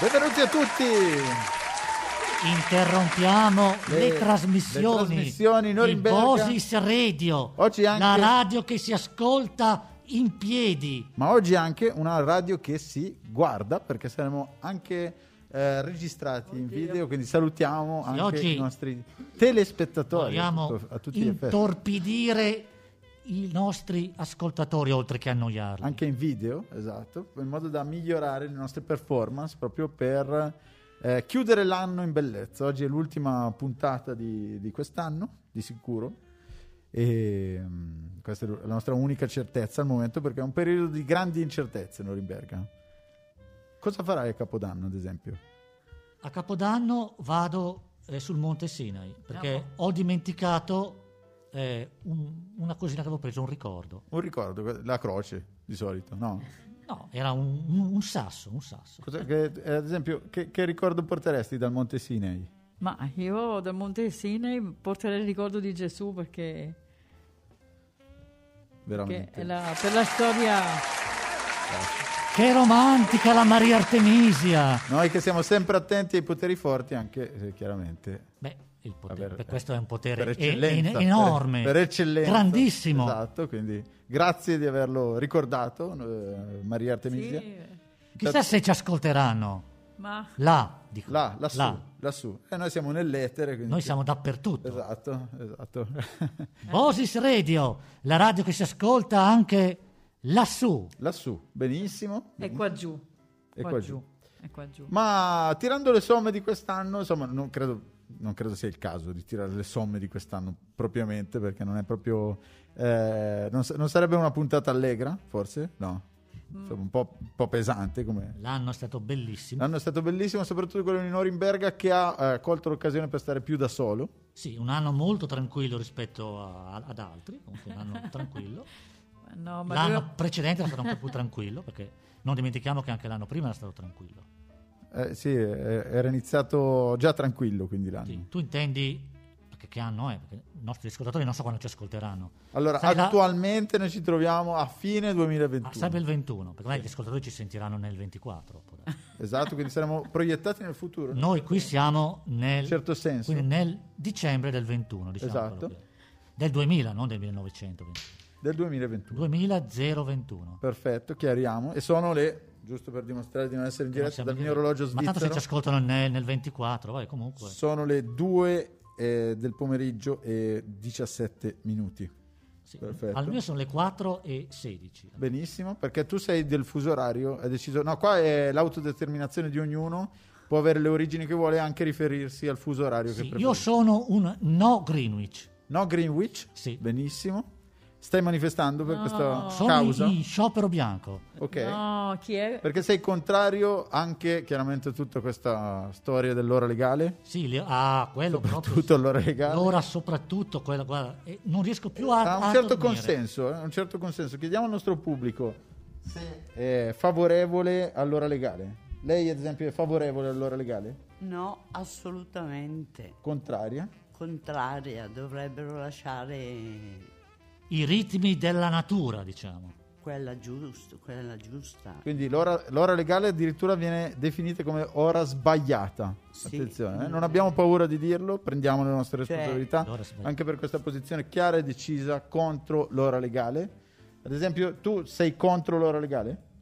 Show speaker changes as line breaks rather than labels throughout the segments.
Benvenuti a tutti!
Interrompiamo le,
Le
trasmissioni.
trasmissioni, Norimberga.
Il Bosis Radio.
Oggi anche-
La radio che si ascolta in piedi.
Ma oggi anche una radio che si guarda perché saremo anche eh, registrati in video, quindi salutiamo anche
oggi
i nostri telespettatori a
Vogliamo
tutto- a tutti gli effetti,
intorpidire i nostri ascoltatori oltre che annoiarli.
anche in video, esatto, in modo da migliorare le nostre performance proprio per eh, chiudere l'anno in bellezza. Oggi è l'ultima puntata di, di quest'anno, di sicuro. E mm, questa è la nostra unica certezza al momento perché è un periodo di grandi incertezze. Norimberga, cosa farai a Capodanno, ad esempio?
A Capodanno vado eh, sul Monte Sinai perché ho dimenticato eh, un- una cosina che avevo preso, un ricordo.
Un ricordo, la croce di solito, no?
No, era un, un- un sasso, un sasso.
Cosa- che- eh, ad esempio, che, che ricordo porteresti dal Monte Sinai?
Ma io dal Monte Sinai porterei il ricordo di Gesù perché che
Veramente.
è la- per la storia
Che romantica la Maria Artemisia!
Noi che siamo sempre attenti ai poteri forti, anche eh, chiaramente.
Beh, il potere,
Aver-
per questo è un potere
eh, per
e-
eccellenza,
e- enorme,
per, per eccellenza,
grandissimo.
Esatto, quindi grazie di averlo ricordato, eh, Maria Artemisia.
Sì,
Chissà se ci ascolteranno
ma
là, dico,
Là, lassù,
là.
lassù. E noi siamo nell'etere, quindi...
Noi siamo dappertutto.
Esatto, esatto.
Osis Radio, la radio che si ascolta anche lassù.
lassù, benissimo.
è qua giù
È qua giù.
è qua giù
Ma tirando le somme di quest'anno, insomma, non credo, non credo sia il caso di tirare le somme di quest'anno propriamente, perché non è proprio. eh, non, sa- non sarebbe una puntata allegra, forse? No. Insomma, un po', un po' pesante come.
L'anno è stato bellissimo.
L'anno è stato bellissimo, soprattutto quello di Norimberga che ha eh, colto l'occasione per stare più da solo.
Sì, un anno molto tranquillo rispetto a- ad altri, comunque un anno tranquillo.
No,
Ah,
ma
L'anno
doveva-
precedente era stato un po' più tranquillo, perché non dimentichiamo che anche l'anno prima era stato tranquillo.
Eh, sì, eh, era iniziato già tranquillo quindi l'anno.
Sì, tu intendi perché che anno è? Perché i nostri ascoltatori non so quando ci ascolteranno.
Allora,
Sai la-
attualmente noi ci troviamo a fine 2021.
Ah, sarebbe il 21, perché magari gli ascoltatori ci sentiranno nel 24. può darsi.
Esatto, quindi saremo proiettati nel futuro.
Noi qui siamo nel,
In certo senso.
quindi nel dicembre del 21, diciamo.
Esatto.
quello che- Del 2000, non del 1900.
Del 2021.
2000-021.
Perfetto, chiariamo. E sono le, giusto per dimostrare di non essere in diretta dal mio orologio
Ma tanto eh. se
svizzero,
ci ascoltano nel, nel 24, vai comunque.
sono le 2 eh, del pomeriggio e 17 minuti.
Sì.
perfetto.
Al mio sono le 4 e 16.
Benissimo, perché tu sei del fuso orario, hai deciso... No, qua è l'autodeterminazione di ognuno, può avere le origini che vuole e anche riferirsi al fuso orario
Sì,
che preferisce.
io sono un no Greenwich.
No Greenwich?
Sì.
Benissimo. Stai manifestando per
No.
questa
Sono
Oh. causa?
in sciopero bianco.
Ok.
no chi è
Perché sei contrario anche chiaramente a tutta questa storia dell'ora legale?
Sì, le- ah, quello proprio
Soprattutto all'ora legale?
Allora, soprattutto quella, guarda, eh, non riesco più a.
ha un
a
certo
dormire.
consenso, eh, un certo consenso. Chiediamo al nostro pubblico se è favorevole all'ora legale. Lei, ad esempio, è favorevole all'ora legale?
No, assolutamente.
Contraria?
Contraria, dovrebbero lasciare
I ritmi della natura, diciamo.
quella giusta, quella giusta.
Quindi l'ora, l'ora legale addirittura viene definita come ora sbagliata.
Sì.
Attenzione, eh, non abbiamo paura di dirlo, prendiamo le nostre
Cioè,
responsabilità
l'ora sbagliata.
anche per questa posizione chiara e decisa contro l'ora legale. Ad esempio, tu sei contro l'ora legale?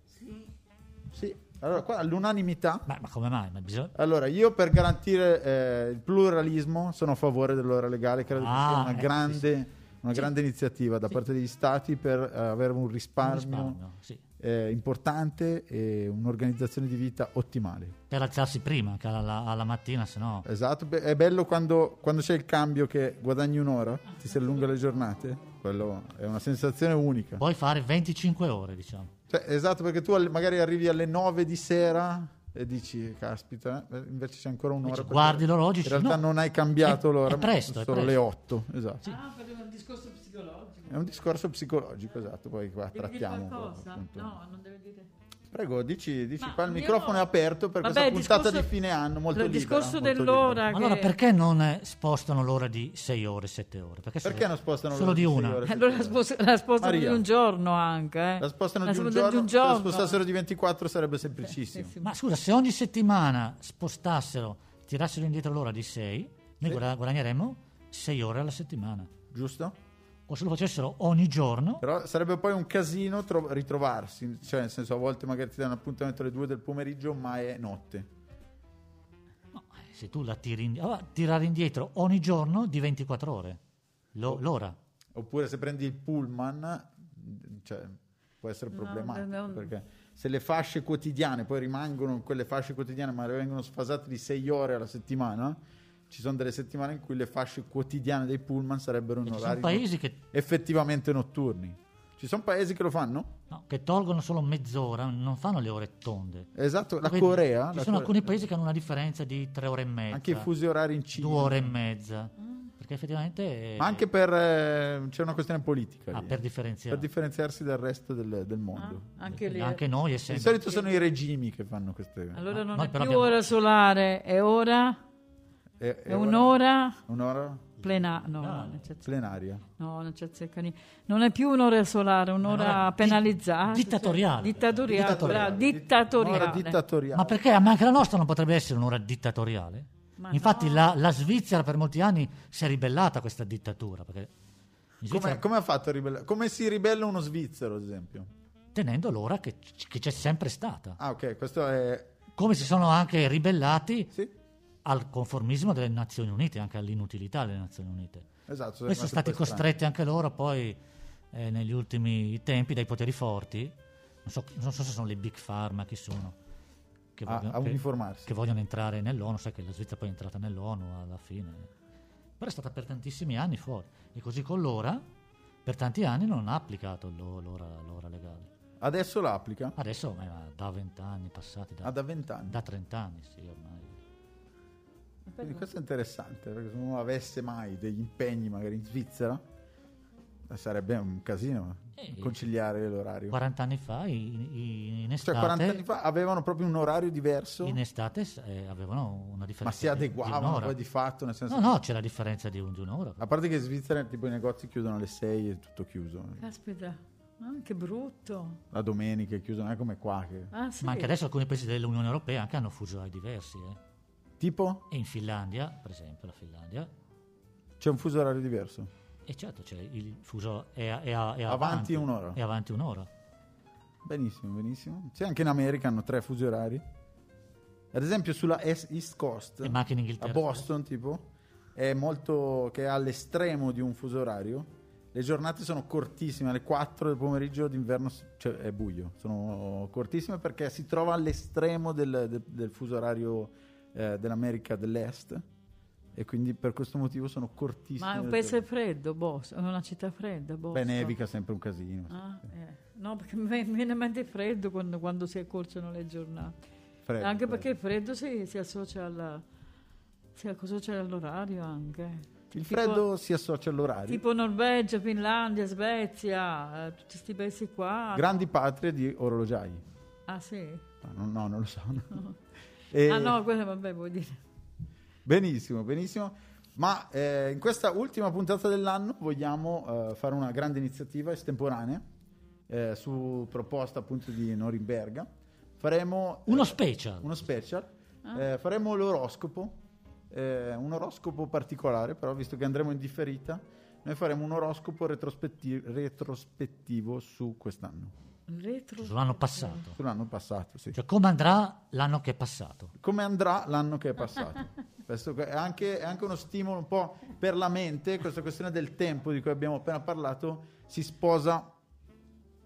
Sì. Sì. Allora, qua l'unanimità
Ma, ma come mai? Ma bisogna-
Allora, io per garantire eh, il pluralismo sono a favore dell'ora legale, credo che sia
Ah,
una,
ecco,
grande,
sì,
una grande iniziativa da parte degli stati per eh, avere un risparmio,
risparmio, sì.
eh, importante e un'organizzazione di vita ottimale.
Per alzarsi prima, che alla, alla mattina, se no.
Esatto, be- è bello quando, quando c'è il cambio che guadagni un'ora, ti si allunga le giornate, quello è una sensazione unica.
Puoi fare 25 ore, diciamo.
Cioè, esatto, perché tu al- magari arrivi alle 9 di sera e dici, caspita, eh, invece c'è ancora un'ora.
Invece
perché
guardi l'orologio e
In
dici,
realtà
no,
non hai cambiato
è-
l'ora,
è presto,
ma
è
sono solo
presto.
le 8. Esatto.
ah per un discorso psicologico
È un discorso psicologico, esatto, poi qua
devi dire
trattiamo. un po',
qualcosa
appunto.
no non deve dire
Prego, dici, dici
Ma
qua il
andiamo-
microfono è aperto per
Vabbè,
questa
il
puntata
discorso-
di fine anno molto
il
libera, molto
discorso dell'ora
libera.
Ma allora
che-
perché non eh, spostano l'ora di 6 ore, 7 ore? Perché, solo-
Perché non spostano
solo
l'ora
di
di sei
una?
ore?
Allora la spos- la spostano
Maria.
di un giorno anche. eh.
La spostano di un
spostano
giorno, se la spostassero di 24 sarebbe semplicissimo.
Eh, Sì, sì.
Ma scusa, se ogni settimana spostassero, tirassero indietro l'ora di 6, noi guada- guadagneremmo 6 ore alla settimana.
Giusto?
O se lo facessero ogni giorno,
Però sarebbe poi un casino tro- ritrovarsi, cioè nel senso a volte magari ti danno appuntamento alle 2 del pomeriggio, ma è notte.
no, eh, se tu la tiri indietro, tirare indietro ogni giorno di 24 ore,
Oh.
Lo- l'ora.
Oppure se prendi il pullman, cioè, può essere
No,
problematico,
no, no.
perché se le fasce quotidiane poi rimangono quelle fasce quotidiane, ma vengono sfasate di 6 ore alla settimana, ci sono delle settimane in cui le fasce quotidiane dei pullman sarebbero in
E Eh, ci sono
orari
paesi che,
effettivamente notturni. Ci sono paesi che lo fanno?
no, che tolgono solo mezz'ora, non fanno le ore tonde.
Esatto, la
Quindi
Corea.
Ci
la
sono
Corea-
alcuni paesi che hanno una differenza di 3 ore e mezza.
Anche i fusi orari in Cina.
Due ore e mezza.
Mm.
Perché effettivamente...
Ma anche per... eh, c'è una questione politica. lì.
Ah, per
per
differenziare.
differenziarsi dal resto del, del mondo.
Ah, anche lì.
Anche noi è
Di
sempre...
solito sono i regimi che fanno queste...
Allora
Ma-
non
noi
è più
però abbiamo-
ora solare, è ora,
è, è
è
ora-
un'ora
Un'ora
plenaria. No,
Ah, No.
non c'è-
plenaria.
no, non c'è azzecca niente. Non è più un'ora solare, un'ora
Un'ora di-
penalizzata.
dittatoriale.
Dittatoriale,
Dittatoriale.
bravo, dittatoriale.
Un'ora dittatoriale.
Ma perché ma anche la nostra non potrebbe essere un'ora dittatoriale?
Ma
Infatti
no.
la, la Svizzera per molti anni si è ribellata a questa dittatura, perché in Svizzera
Come, come ha fatto a ribella- Come si ribella uno svizzero, ad esempio?
tenendo l'ora che, che c'è sempre stata.
Ah, ok, questo è...
Come si sono anche ribellati
Sì, Esatto,
al conformismo delle Nazioni Unite, anche all'inutilità delle Nazioni Unite.
esatto.
Poi sono stati costretti anche loro poi eh, negli ultimi tempi dai poteri forti, non so, non so se sono le big pharma chi sono, che
A, Ah, a
che-
uniformarsi.
che vogliono entrare nell'ONU, sai che la Svizzera poi è entrata nell'ONU alla fine, però è stata per tantissimi anni fuori e così con l'ora per tanti anni non ha applicato lo- l'ora, l'ora legale.
Adesso la applica?
Adesso eh, ma da vent'anni passati, da,
Ah, da vent'anni.
da 30 anni sì ormai.
Quindi questo è interessante, perché se uno avesse mai degli impegni magari in Svizzera, eh, sarebbe un casino
Eh,
conciliare l'orario.
40 anni fa in, in- in estate,
Cioè 40 anni fa avevano proprio un orario diverso,
in estate eh, avevano una differenza
ma si
di- di
adeguavano
un'ora.
poi di Ah, fatto, nel senso...
No, no, c'è la differenza di, un- di un'ora.
A parte che in Svizzera tipo i negozi chiudono alle 6 e tutto chiuso.
Caspita, ma che brutto.
La domenica è chiuso, non è come qua che...
Ah, sì.
Ma anche adesso alcuni paesi dell'Unione Europea anche hanno fusi orari diversi. eh.
Tipo?
E in Finlandia, per esempio, la Finlandia,
C'è un fuso orario diverso.
e certo c'è il fuso è, è- è- è
Avanti un'ora.
È avanti un'ora.
Benissimo, benissimo. Sì, anche in America hanno tre fusi orari. Ad esempio sulla es- East Coast,
E ma anche in
a
Inghilterra.
Boston tipo, è molto che è all'estremo di un fuso orario. Le giornate sono cortissime, alle 4 del pomeriggio d'inverno s- cioè, è buio, sono cortissime perché si trova all'estremo del, del- del fuso orario eh, dell'America dell'Est e quindi per questo motivo sono cortissime.
Ma è un
le
paese
certo.
giornate.
freddo, Boston, è una città fredda, Boston.
Beh, nevica sempre un casino. sì,
Ah,
sì.
eh. No, perché mi mi viene in mente il freddo quando, quando si accorciano le giornate.
Freddo,
anche
freddo.
perché il freddo si, si associa alla- si associa all'orario anche.
il
Tipo-
freddo si associa all'orario.
Tipo Norvegia, Finlandia, Svezia, eh, tutti questi paesi qua.
Grandi patrie di orologiai.
ah sì?
No, no, no, non lo so. E-
Ah no, quello vabbè vuol dire.
Benissimo, benissimo. Ma eh, in questa ultima puntata dell'anno vogliamo eh, fare una grande iniziativa estemporanea eh, su proposta appunto di Norimberga. Faremo
Uno
eh,
special.
uno special.
Ah.
Eh, faremo l'oroscopo, eh, un oroscopo particolare, però visto che andremo in differita, noi faremo un oroscopo retrospetti- retrospettivo su quest'anno,
Retro.
Sull'anno Cioè, passato.
sull'anno passato, sì.
Cioè come andrà l'anno che è passato.
come andrà l'anno che è passato. Questo è anche, è anche uno stimolo un po' per la mente, questa questione del tempo di cui abbiamo appena parlato si sposa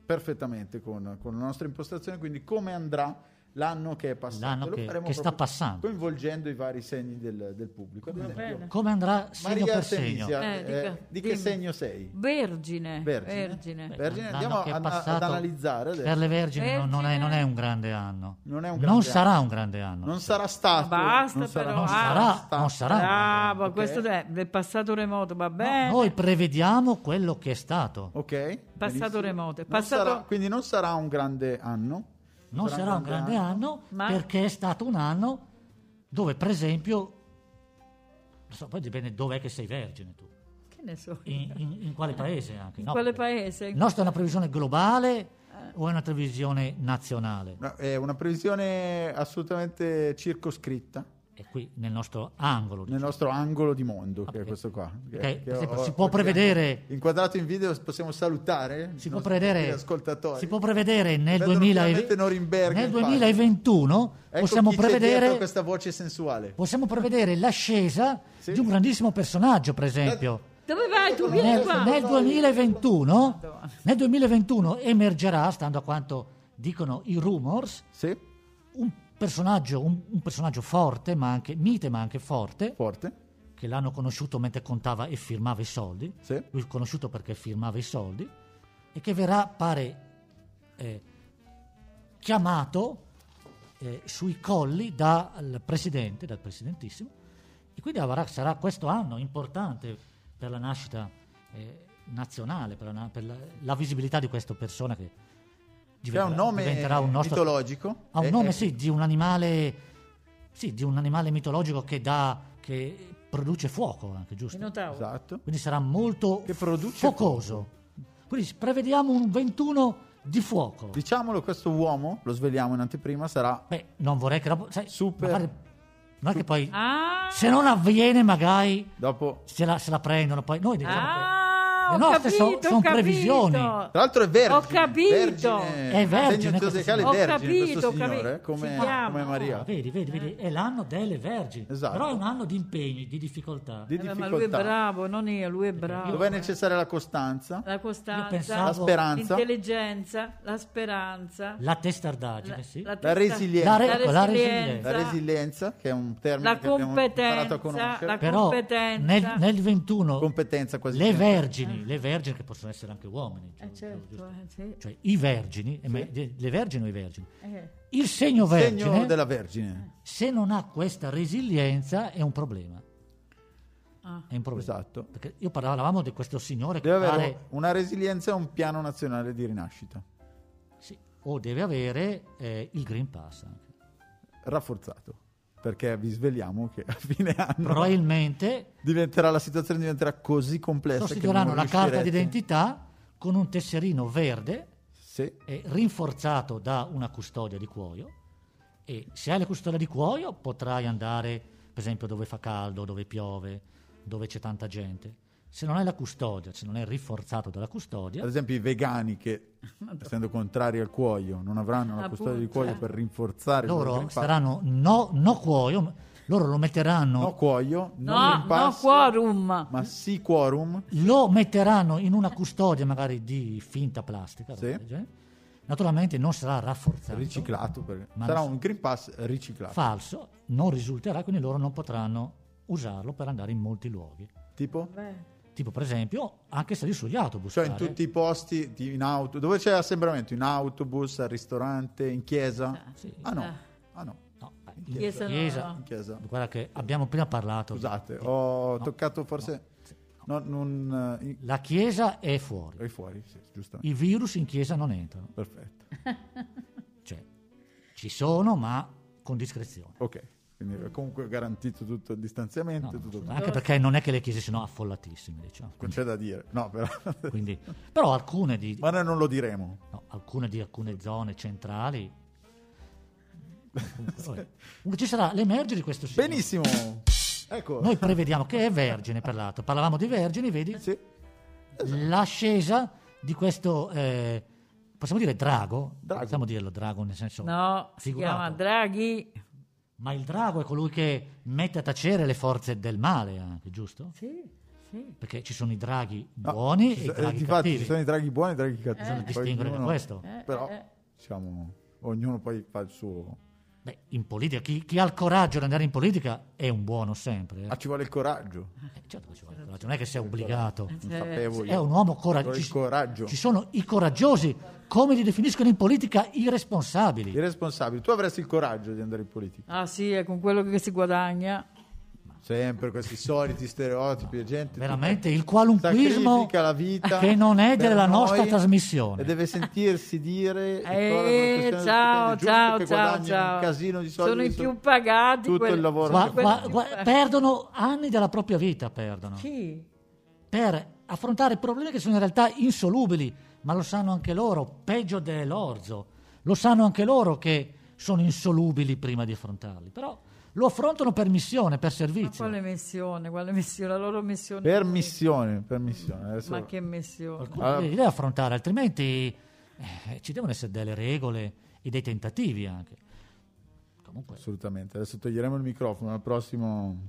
perfettamente con, con la nostra impostazione, quindi come andrà l'anno che è passato.
L'anno
Lo
che-
faremo
che sta
proprio
passando.
Coinvolgendo i vari segni del, del pubblico. Ad
Va
esempio,
bene.
Come andrà segno
Maria
per segno.
Artemisia,
Eh,
eh,
dica,
di che
dimmi.
segno sei?
Vergine.
Vergine.
Vergine.
Beh, Vergine,
L'anno
andiamo
che è
ad- ad
passato
analizzare adesso.
Per le vergini non- non, è,
Vergine.
non è un grande anno.
Non è un
non
grande
sarà un grande anno.
Non sarà stato.
Ma basta
non sarà,
però,
non
ah,
sarà,
sta-
non sarà un grande anno.
Bravo,
Ok.
questo è del passato remoto, va
No,
bene.
Eh. noi prevediamo quello che è stato.
Ok?
Passato
benissimo.
remoto.
Non
Passato-
sarà- quindi non sarà un grande anno,
Non sarà un grande anno,
ma-
perché è stato un anno dove, per esempio, non so, poi dipende dov'è che sei vergine tu,
Che ne so. io.
in, in- in quale paese anche. no?
Quale
Perché
paese?
La nostra è una previsione globale o è una previsione nazionale?
No, è una previsione assolutamente circoscritta
E qui nel nostro angolo.
nel nostro angolo di mondo, che è
perché-
questo qua. Che-
ok,
che
per esempio,
ho-
si può
ho-
prevedere-
Inquadrato in video possiamo salutare
Si
i
può,
nostri
prevedere,
ascoltatori.
si può prevedere nel,
Vedono
2000
finalmente Norimberga
nel
in faccia.
2021
Ecco
possiamo
chi c'è dietro
prevedere,
questa voce sensuale.
possiamo prevedere l'ascesa
Sì.
di un grandissimo personaggio, per esempio.
Dove vai tu? Vieni
Nel,
Eh, qua.
nel 2021, nel 2021 emergerà, stando a quanto dicono i rumors,
Sì,
un personaggio, un, un personaggio forte, ma anche mite, ma anche forte,
forte.
che l'hanno conosciuto mentre contava e firmava i soldi,
Sì.
lui conosciuto perché firmava i soldi, e che verrà, pare, eh, chiamato eh, sui colli dal presidente, dal presidentissimo, e quindi avrà- sarà questo anno importante per la nascita eh, nazionale, per, la, na- per la- la visibilità di questa persona che
Che ha un
diventerà-
nome eh,
diventerà un nostro
mitologico. Eh,
ha un
È-
nome,
è-
sì, di un animale. Sì, di un animale mitologico che dà. che produce fuoco anche, giusto?
Minotauro.
Esatto.
Quindi sarà molto
Che produce
focoso. Quindi prevediamo un 21 di fuoco.
Diciamolo, questo uomo, lo sveliamo in anteprima, sarà
Beh, non vorrei che dopo. Sai,
Super-
magari- non è che poi.
Ah,
Se non avviene, magari
dopo...
se la, se la prendono. Poi noi diciamo che.
ah,
Le
ho
nostre
capito,
son-
ho
son previsioni.
capito.
Tra l'altro è vergine.
Ho capito.
Vergine,
È
segno
vergine questo
zodiacale
signore. Ho
vergine questo
capito, ho
signore,
capito.
come,
Si chiama.
come Maria.
Ah, vedi, vedi, vedi, è l'anno delle vergini.
Esatto.
Però è un anno di impegni, di difficoltà.
Di
Eh, ma lui è
difficoltà.
bravo, non io, lui è bravo.
Dove è necessaria la costanza?
La costanza,
Io pensavo- La
speranza.
l'intelligenza, la speranza,
La testardaggine, sì.
La resilienza.
La re- ecco, la
La resilienza, che è un termine
Esatto. la
che abbiamo imparato a
competenza,
conoscere.
la
Però
competenza.
nel, nel 21
competenza quasi
le
sempre.
vergini, le vergini che possono essere anche uomini,
Eh,
giusto?
certo, eh, sì.
cioè i vergini, eh, ma- le vergini o i vergini.
Eh,
Il segno
Il segno
vergine,
della vergine.
se non ha questa resilienza, è un problema.
Ah.
È un problema.
Esatto.
Perché io parlavamo di questo signore che
Deve avere
pare,
una resilienza e un piano nazionale di rinascita
sì, o deve avere eh, il Green Pass. anche.
rafforzato, perché vi sveliamo che a fine anno
Probabilmente
diventerà la situazione diventerà così complessa che
sostituiranno
non
la carta
riuscirete-
d'identità con un tesserino verde
Sì.
è rinforzato da una custodia di cuoio e se hai la custodia di cuoio potrai andare per esempio dove fa caldo, dove piove, dove c'è tanta gente. Se non hai la custodia, se non è rinforzato dalla
Ad
custodia,
esempio i vegani che, essendo contrari al cuoio, non avranno la custodia di
Appunto,
cuoio
eh.
per rinforzare il loro
loro
Green Pass.
saranno no, no cuoio, loro lo metteranno,
no cuoio, no,
No,
Green
no,
Pass,
quorum.
ma sì quorum.
lo metteranno in una custodia magari di finta plastica. roba
Sì.
del genere. Naturalmente non sarà rafforzato,
Riciclato, perché
Esatto. Ma
sarà
non-
un Green Pass riciclato,
falso, non risulterà, quindi loro non potranno usarlo per andare in molti luoghi.
tipo
Beh,
Tipo, per esempio, anche salire sugli autobus.
cioè in
fare-
tutti i posti di- in auto, dove c'è assembramento, in autobus, al ristorante, in chiesa.
Sì.
Ah no.
Ah.
Ah no,
No, eh, in
Chiesa
chiesa.
no.
in chiesa.
Guarda che abbiamo prima parlato. di-
Scusate,
di-
ho
no,
toccato forse no, non eh, in-
La chiesa è fuori.
eri fuori, sì, giustamente.
I virus in chiesa non entrano.
Perfetto.
Cioè, ci sono, ma con discrezione.
Ok. Quindi eh, comunque garantito tutto il
No,
distanziamento,
Mm. no,
tutto
scusa, anche perché non è che le chiese siano affollatissime, diciamo.
Non c'è da dire. No, però
Quindi, però alcune di,
ma noi non lo diremo.
no, alcune di alcune zone centrali... Comunque, vabbè. Comunque ci sarà l'emergere di questo signore.
Benissimo. Ecco.
Noi prevediamo che è vergine, per l'altro. Parlavamo di vergini, vedi?
Sì.
l'ascesa di questo eh, possiamo dire drago?
Drago.
possiamo dirlo drago nel senso
no, si
figurato.
chiama Draghi.
ma il drago è colui che mette a tacere le forze del male anche giusto?
Sì, sì.
perché ci sono i draghi
No,
buoni
ci
e i
so- eh,
draghi
difatti,
cattivi
ci sono i draghi buoni e i draghi cattivi.
bisogna
Poi
distinguere da
ognuno-
questo
Eh,
Però,
eh,
diciamo, ognuno poi fa il suo...
Beh, in politica chi, chi ha il coraggio di andare in politica è un buono sempre eh.
Ah, ci vuole il coraggio.
Ah,
Eh, certo che ci vuole il coraggio, non è che sei obbligato
Non
Eh,
sapevo io.
è un uomo
Vuole il
coraggioso
coraggio.
ci sono i coraggiosi come li definiscono in politica i responsabili
Irresponsabile. Tu avresti il coraggio di andare in politica.
Ah sì, è con quello che si guadagna.
Sempre questi soliti stereotipi e gente
Veramente
tipo,
il qualunquismo
sacrifica la vita
che non è
per
della nostra
noi
trasmissione.
e deve sentirsi dire
Eh,
ancora una questione
ciao,
giusto
ciao,
che
ciao,
guadagnano
ciao.
un casino di soldi
Sono i
adesso
più pagati,
tutto
quelli-
il lavoro che
Ma-
Gua-
fanno.
quelli
gua-
che
gua-
fa-
perdono anni della propria vita, perdono,
Sì.
per affrontare problemi che sono in realtà insolubili, ma lo sanno anche loro, peggio dell'orzo, lo sanno anche loro che sono insolubili prima di affrontarli, però lo affrontano per missione, per
Ma
servizio.
quale missione, quale missione, la loro missione.
per missione per missione adesso
Ma che missione.
Qualcuno
Allora-
li deve affrontare, altrimenti eh, ci devono essere delle regole e dei tentativi anche. Comunque,
assolutamente adesso toglieremo il microfono al prossimo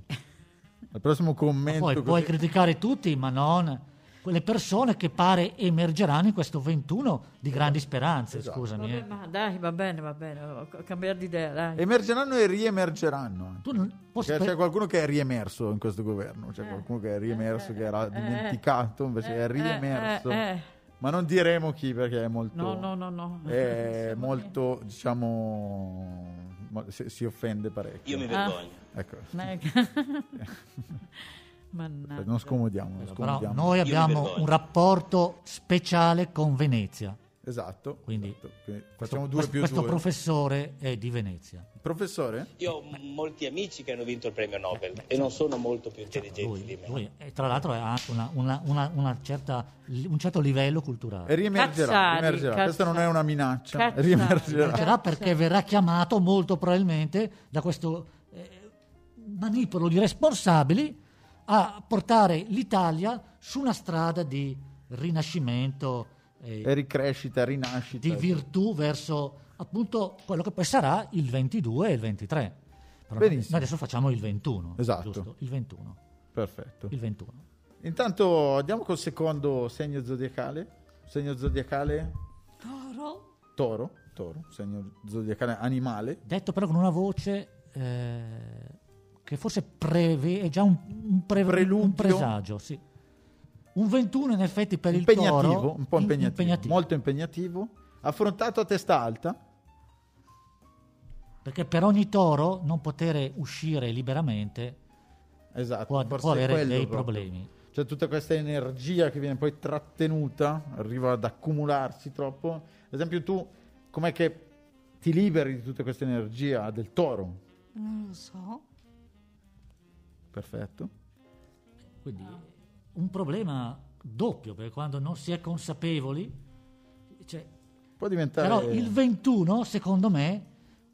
al prossimo commento
poi puoi
così-
criticare tutti, ma non quelle persone che pare emergeranno in questo 21 di grandi speranze,
Esatto.
scusami.
Vabbè,
eh.
ma dai, va bene, va bene, oh, c- cambiare d'idea, dai.
emergeranno e riemergeranno anche.
Tu non puoi
Perché
sper-
c'è qualcuno che è riemerso in questo governo, c'è
Eh,
qualcuno che è riemerso,
eh,
che era
eh,
dimenticato, invece
eh,
è riemerso.
eh, eh, eh.
Ma non diremo chi perché è molto...
No, no, no, no.
È
Siamo
molto, diciamo... mo- Si, si offende parecchio.
Io mi
Ah.
vergogno.
Ecco,
lì. Mannaggia.
Cioè, non scomodiamo, non
Però
scomodiamo.
noi
mi
abbiamo
vergogno.
un rapporto speciale con Venezia.
Esatto.
Quindi-
esatto. Quindi facciamo due
questo
più
questo
due.
professore è di Venezia.
Professore?
Io ho m- molti amici che hanno vinto il premio Nobel e non sono molto più intelligenti di
Lui,
me.
lui, eh, tra l'altro ha anche una- una- una- una certa- un certo livello culturale.
E riemergerà,
Cazzari,
riemergerà. Questa
cazzari.
non è una minaccia,
Cazzari.
riemergerà.
Perché- perché verrà chiamato molto probabilmente da questo eh, manipolo di responsabili a portare l'Italia su una strada di rinascimento, eh,
E ricrescita, rinascita.
di virtù verso appunto quello che poi sarà il 22 e il 23. Però noi-
Benissimo.
noi adesso facciamo il 21.
Esatto.
giusto? Il 21.
Perfetto.
Il 21.
Intanto andiamo col secondo segno zodiacale. Segno zodiacale
Toro.
toro, toro, segno zodiacale animale.
Detto però con una voce eh, che forse preve- è già un, un pre-
Preludio.
un presagio, sì. Un 21 in effetti per il
impegnativo,
toro.
un po'
in-
impegnativo, molto impegnativo. Affrontato a testa alta.
Perché per ogni toro non poter uscire liberamente
Esatto,
può,
forse
può
è
avere
quello
dei
proprio.
problemi.
C'è tutta questa energia che viene poi trattenuta, arriva ad accumularsi troppo. Ad esempio tu com'è che ti liberi di tutta questa energia del toro?
Non lo so.
Perfetto.
Quindi un problema doppio, perché quando non si è consapevoli... cioè,
Può diventare
però il 21, secondo me,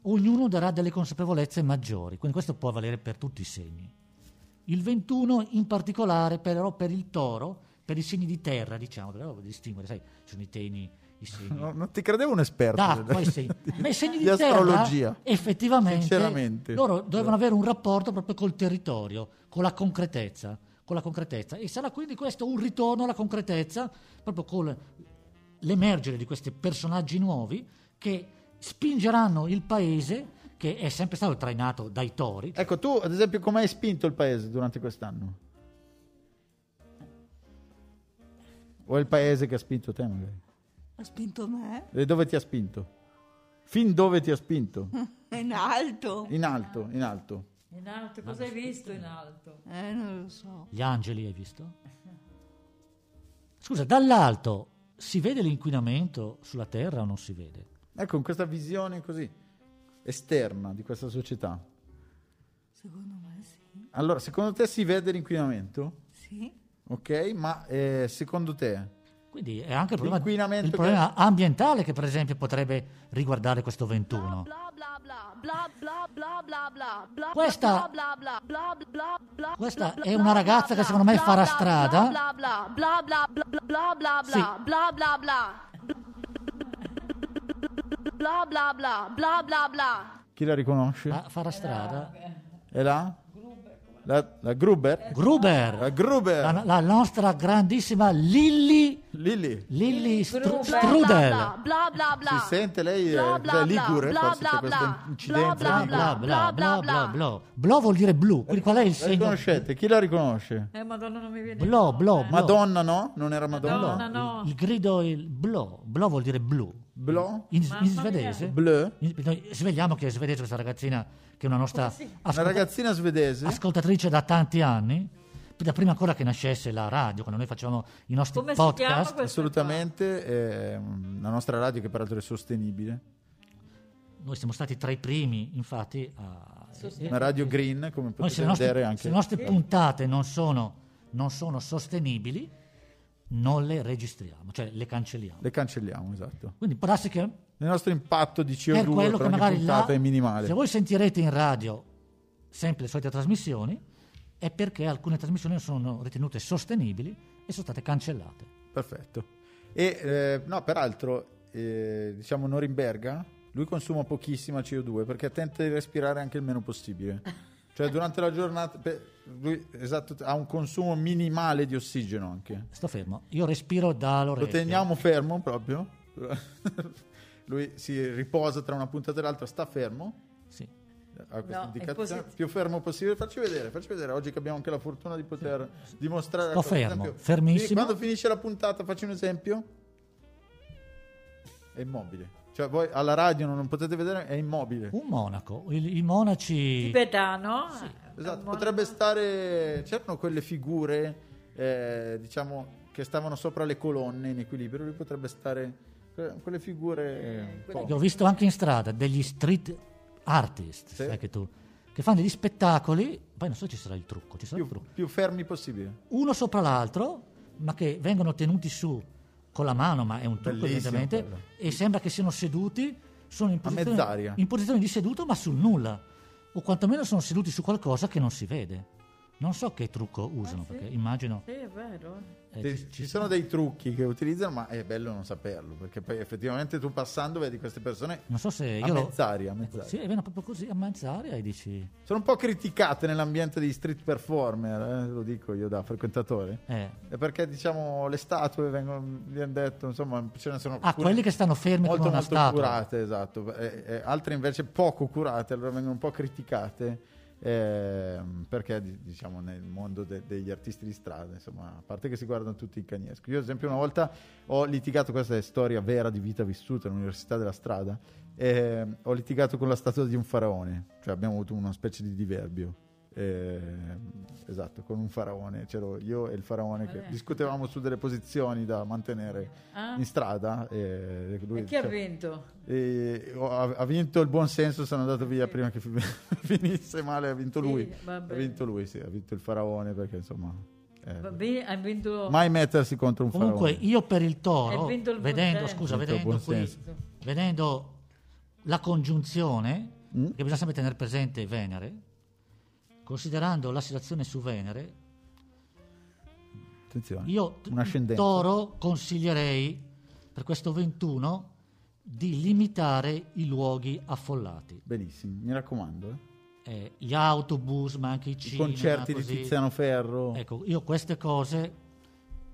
ognuno darà delle consapevolezze maggiori, quindi questo può valere per tutti i segni. Il 21 in particolare però per il toro, per i segni di terra, diciamo, dobbiamo distinguere, sai, ci sono i teni, i segni
No, non ti credevo un esperto.
d'acqua, i segni. Ma i segni di,
Di
terra,
astrologia.
effettivamente,
Sinceramente.
loro dovevano avere un rapporto proprio col territorio, con la concretezza, con la concretezza. E sarà quindi questo un ritorno alla concretezza, proprio con l'emergere di questi personaggi nuovi che spingeranno il paese, che è sempre stato trainato dai tori,
Ecco, tu ad esempio come hai spinto il paese durante quest'anno? O è il paese che ha spinto te magari?
Ha spinto me
E dove ti ha spinto? Fin dove ti ha spinto?
in alto.
In alto, in alto.
In alto, cosa hai visto in alto?
Eh, non lo so.
Gli angeli, hai visto? Scusa, dall'alto si vede l'inquinamento sulla terra o non si vede?
Ecco, in questa visione così esterna di questa società.
Secondo me sì.
Allora, secondo te si vede l'inquinamento?
Sì.
Ok, ma eh, secondo te?
Quindi è anche il problema,
L'inquinamento
il
che-
problema ambientale che per esempio potrebbe riguardare questo 21. Questa, questa è una ragazza che secondo me farà strada. Sì,
Chi la riconosce?
fa- farà strada.
È la? La, la Gruber? La
Gruber,
Eh, Gruber!
la, la nostra grandissima Lilly,
Lilly,
Lilly Stru-
Gruber.
Strudel.
si sente lei è Ligure, forse c'è questa incidenza
Bla
di-
bla bla bla bla bla. Blo vuol dire blu, quindi qual è il
La
segno?
riconoscete? Chi la riconosce?
Eh, madonna, non mi viene.
Blo, blo, blo.
Madonna no? Non era Madonna?
Madonna, no.
Il, il grido, il blo, blo vuol dire blu.
Blo,
in, in
Mamma mia.
svedese.
Bleu,
In- noi svegliamo che è svedese questa ragazzina, che è una nostra
una
ascolta-
ragazzina svedese.
ascoltatrice da tanti anni, da prima ancora che nascesse la radio, quando noi facevamo i nostri
Come si chiama
podcast.
questa
Assolutamente, eh, la nostra radio che peraltro è sostenibile,
Noi siamo stati tra i primi, infatti, a e-
una radio green come
Noi,
potete
se, le nostre,
vedere
se
anche.
le nostre puntate non sono, non sono sostenibili, non le registriamo, cioè le cancelliamo.
Le cancelliamo, esatto.
Quindi può darsi che
Il nostro impatto di CO2
per quello che
ogni
magari là,
puntata è minimale.
se voi sentirete in radio sempre le solite trasmissioni, è perché alcune trasmissioni non sono ritenute sostenibili e sono state cancellate.
Perfetto. E eh, no, peraltro, eh, diciamo Norimberga, lui consuma pochissima CO2 perché tenta di respirare anche il meno possibile. Cioè durante la giornata per- lui esatto, ha un consumo minimale di ossigeno anche.
Sto fermo, io respiro dall'orecchio.
Lo teniamo fermo proprio. lui si riposa tra una puntata e l'altra, sta fermo.
Sì.
a Ah, questa
No, è
indicazione
posi-
più fermo possibile facci vedere facci vedere oggi che abbiamo anche la fortuna di poter dimostrare
Sto
ecco, per
fermo, fermissimo.
fi- quando finisce la puntata faccio un esempio è immobile cioè voi alla radio non potete vedere è immobile
Un monaco, il- i monaci...
Tibetano? Eh,
esatto potrebbe stare c'erano quelle figure eh, diciamo che stavano sopra le colonne in equilibrio lui potrebbe stare que- quelle figure eh, un po'.
Che ho visto anche in strada degli street artist,
Sì.
sai che tu, che fanno degli spettacoli, poi non so se ci sarà il trucco, ci sarà
più,
il trucco,
più fermi possibile
uno sopra l'altro, ma che vengono tenuti su con la mano, ma è un trucco
Bellissimo
evidentemente,
quello.
e sembra che siano seduti, sono in posizione,
mezz'aria.
in posizione di seduto ma sul nulla, o quantomeno sono seduti su qualcosa che non si vede. Non so che trucco usano,
sì?
perché immagino...
Sì, è vero.
eh,
Sì,
ci-
ci, sono dei trucchi che utilizzano, ma è bello non saperlo, perché poi effettivamente tu passando vedi queste persone
Non so se
a
io... lo-
mezz'aria, a mezz'aria.
Sì, vengono proprio così a mangiare e dici...
Sono un po' criticate nell'ambiente degli street performer, eh, lo dico io da frequentatore.
Eh,
È perché diciamo le statue vengono, viene detto, insomma, ce ne sono
Ah,
alcune
quelli che stanno fermi
molto,
come una
molto
statua.
curate, esatto, e- e altre invece poco curate, allora vengono un po' criticate. ehm, perché di- diciamo nel mondo de- degli artisti di strada insomma a parte che si guardano tutti in cagnesco io ad esempio una volta ho litigato questa è storia vera di vita vissuta all'università della strada ehm, ho litigato con la statua di un faraone cioè abbiamo avuto una specie di diverbio ehm, esatto con un faraone c'ero io e il faraone che
Vabbè.
discutevamo su delle posizioni da mantenere
Ah.
in strada e lui
E chi ha
cioè,
vinto?
e ho- ha, ha vinto il buon senso, sono andato via prima che fi- finisse male, ha vinto
Sì,
lui.
vabbè.
Ha vinto lui, sì, ha vinto il faraone perché insomma... eh,
Va bene, hai vinto...
mai mettersi contro un
Comunque
faraone.
io per il toro,
È vinto il buon
vedendo,
senso.
scusa,
Vinto il
vedendo,
buon
qui-
senso.
vedendo la congiunzione,
Mm?
che bisogna sempre tenere presente Venere, considerando la situazione su Venere,
Attenzione.
io t-
Un'ascendenza.
toro consiglierei per questo 21 di limitare i luoghi affollati,
Benissimo, mi raccomando. eh.
Eh, gli autobus, ma anche i
I
cinema,
concerti
così.
di Tiziano Ferro,
Ecco, io queste cose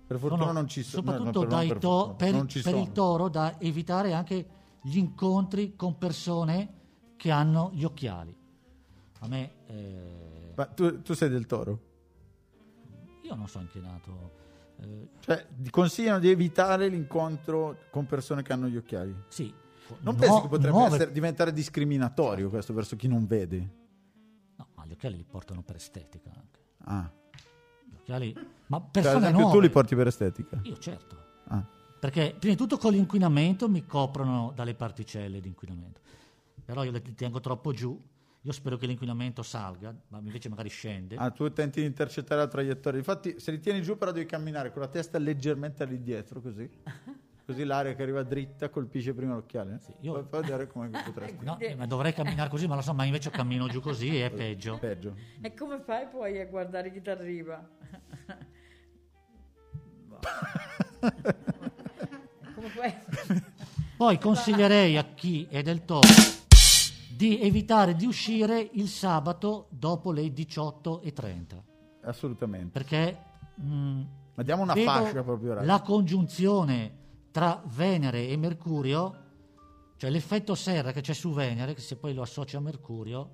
per fortuna
Sono
non ci sono.
Soprattutto dai to- per,
non ci
per
sono.
il toro da evitare anche gli incontri con persone che hanno gli occhiali. A me... eh,
Ma tu, tu sei del toro?
io non sono inchinato. eh,
Cioè, ti consigliano di evitare l'incontro con persone che hanno gli occhiali.
sì.
Non
nuo-
pensi che potrebbe
nuove-
essere- diventare discriminatorio questo verso chi non vede?
No, ma gli occhiali li portano per estetica anche.
Ah.
Gli occhiali... Ma
Cioè, ad
persone
esempio,
nuove...
tu li porti per estetica.
Io certo.
Ah.
Perché prima di tutto con l'inquinamento mi coprono dalle particelle di inquinamento. Però io le li tengo troppo giù. Io spero che l'inquinamento salga, ma invece magari scende.
Ah, tu tenti di intercettare la traiettoria. Infatti, se li tieni giù, però devi camminare con la testa leggermente all'indietro, così. Così l'aria che arriva dritta colpisce prima l'occhiale.
Sì, io-
Fai- fai vedere come potresti.
No, eh, ma dovrei camminare così, ma lo so, ma invece cammino giù così e è peggio.
Peggio.
E come fai poi a guardare chi ti arriva? come fai?
Poi consiglierei a chi è del toro di evitare di uscire il sabato dopo le 18.30,
Assolutamente.
perché mm, mh,
Ma diamo una
vedo
fascia proprio. raga.
la congiunzione tra Venere e Mercurio, cioè l'effetto serra che c'è su Venere, che se poi lo associa a Mercurio,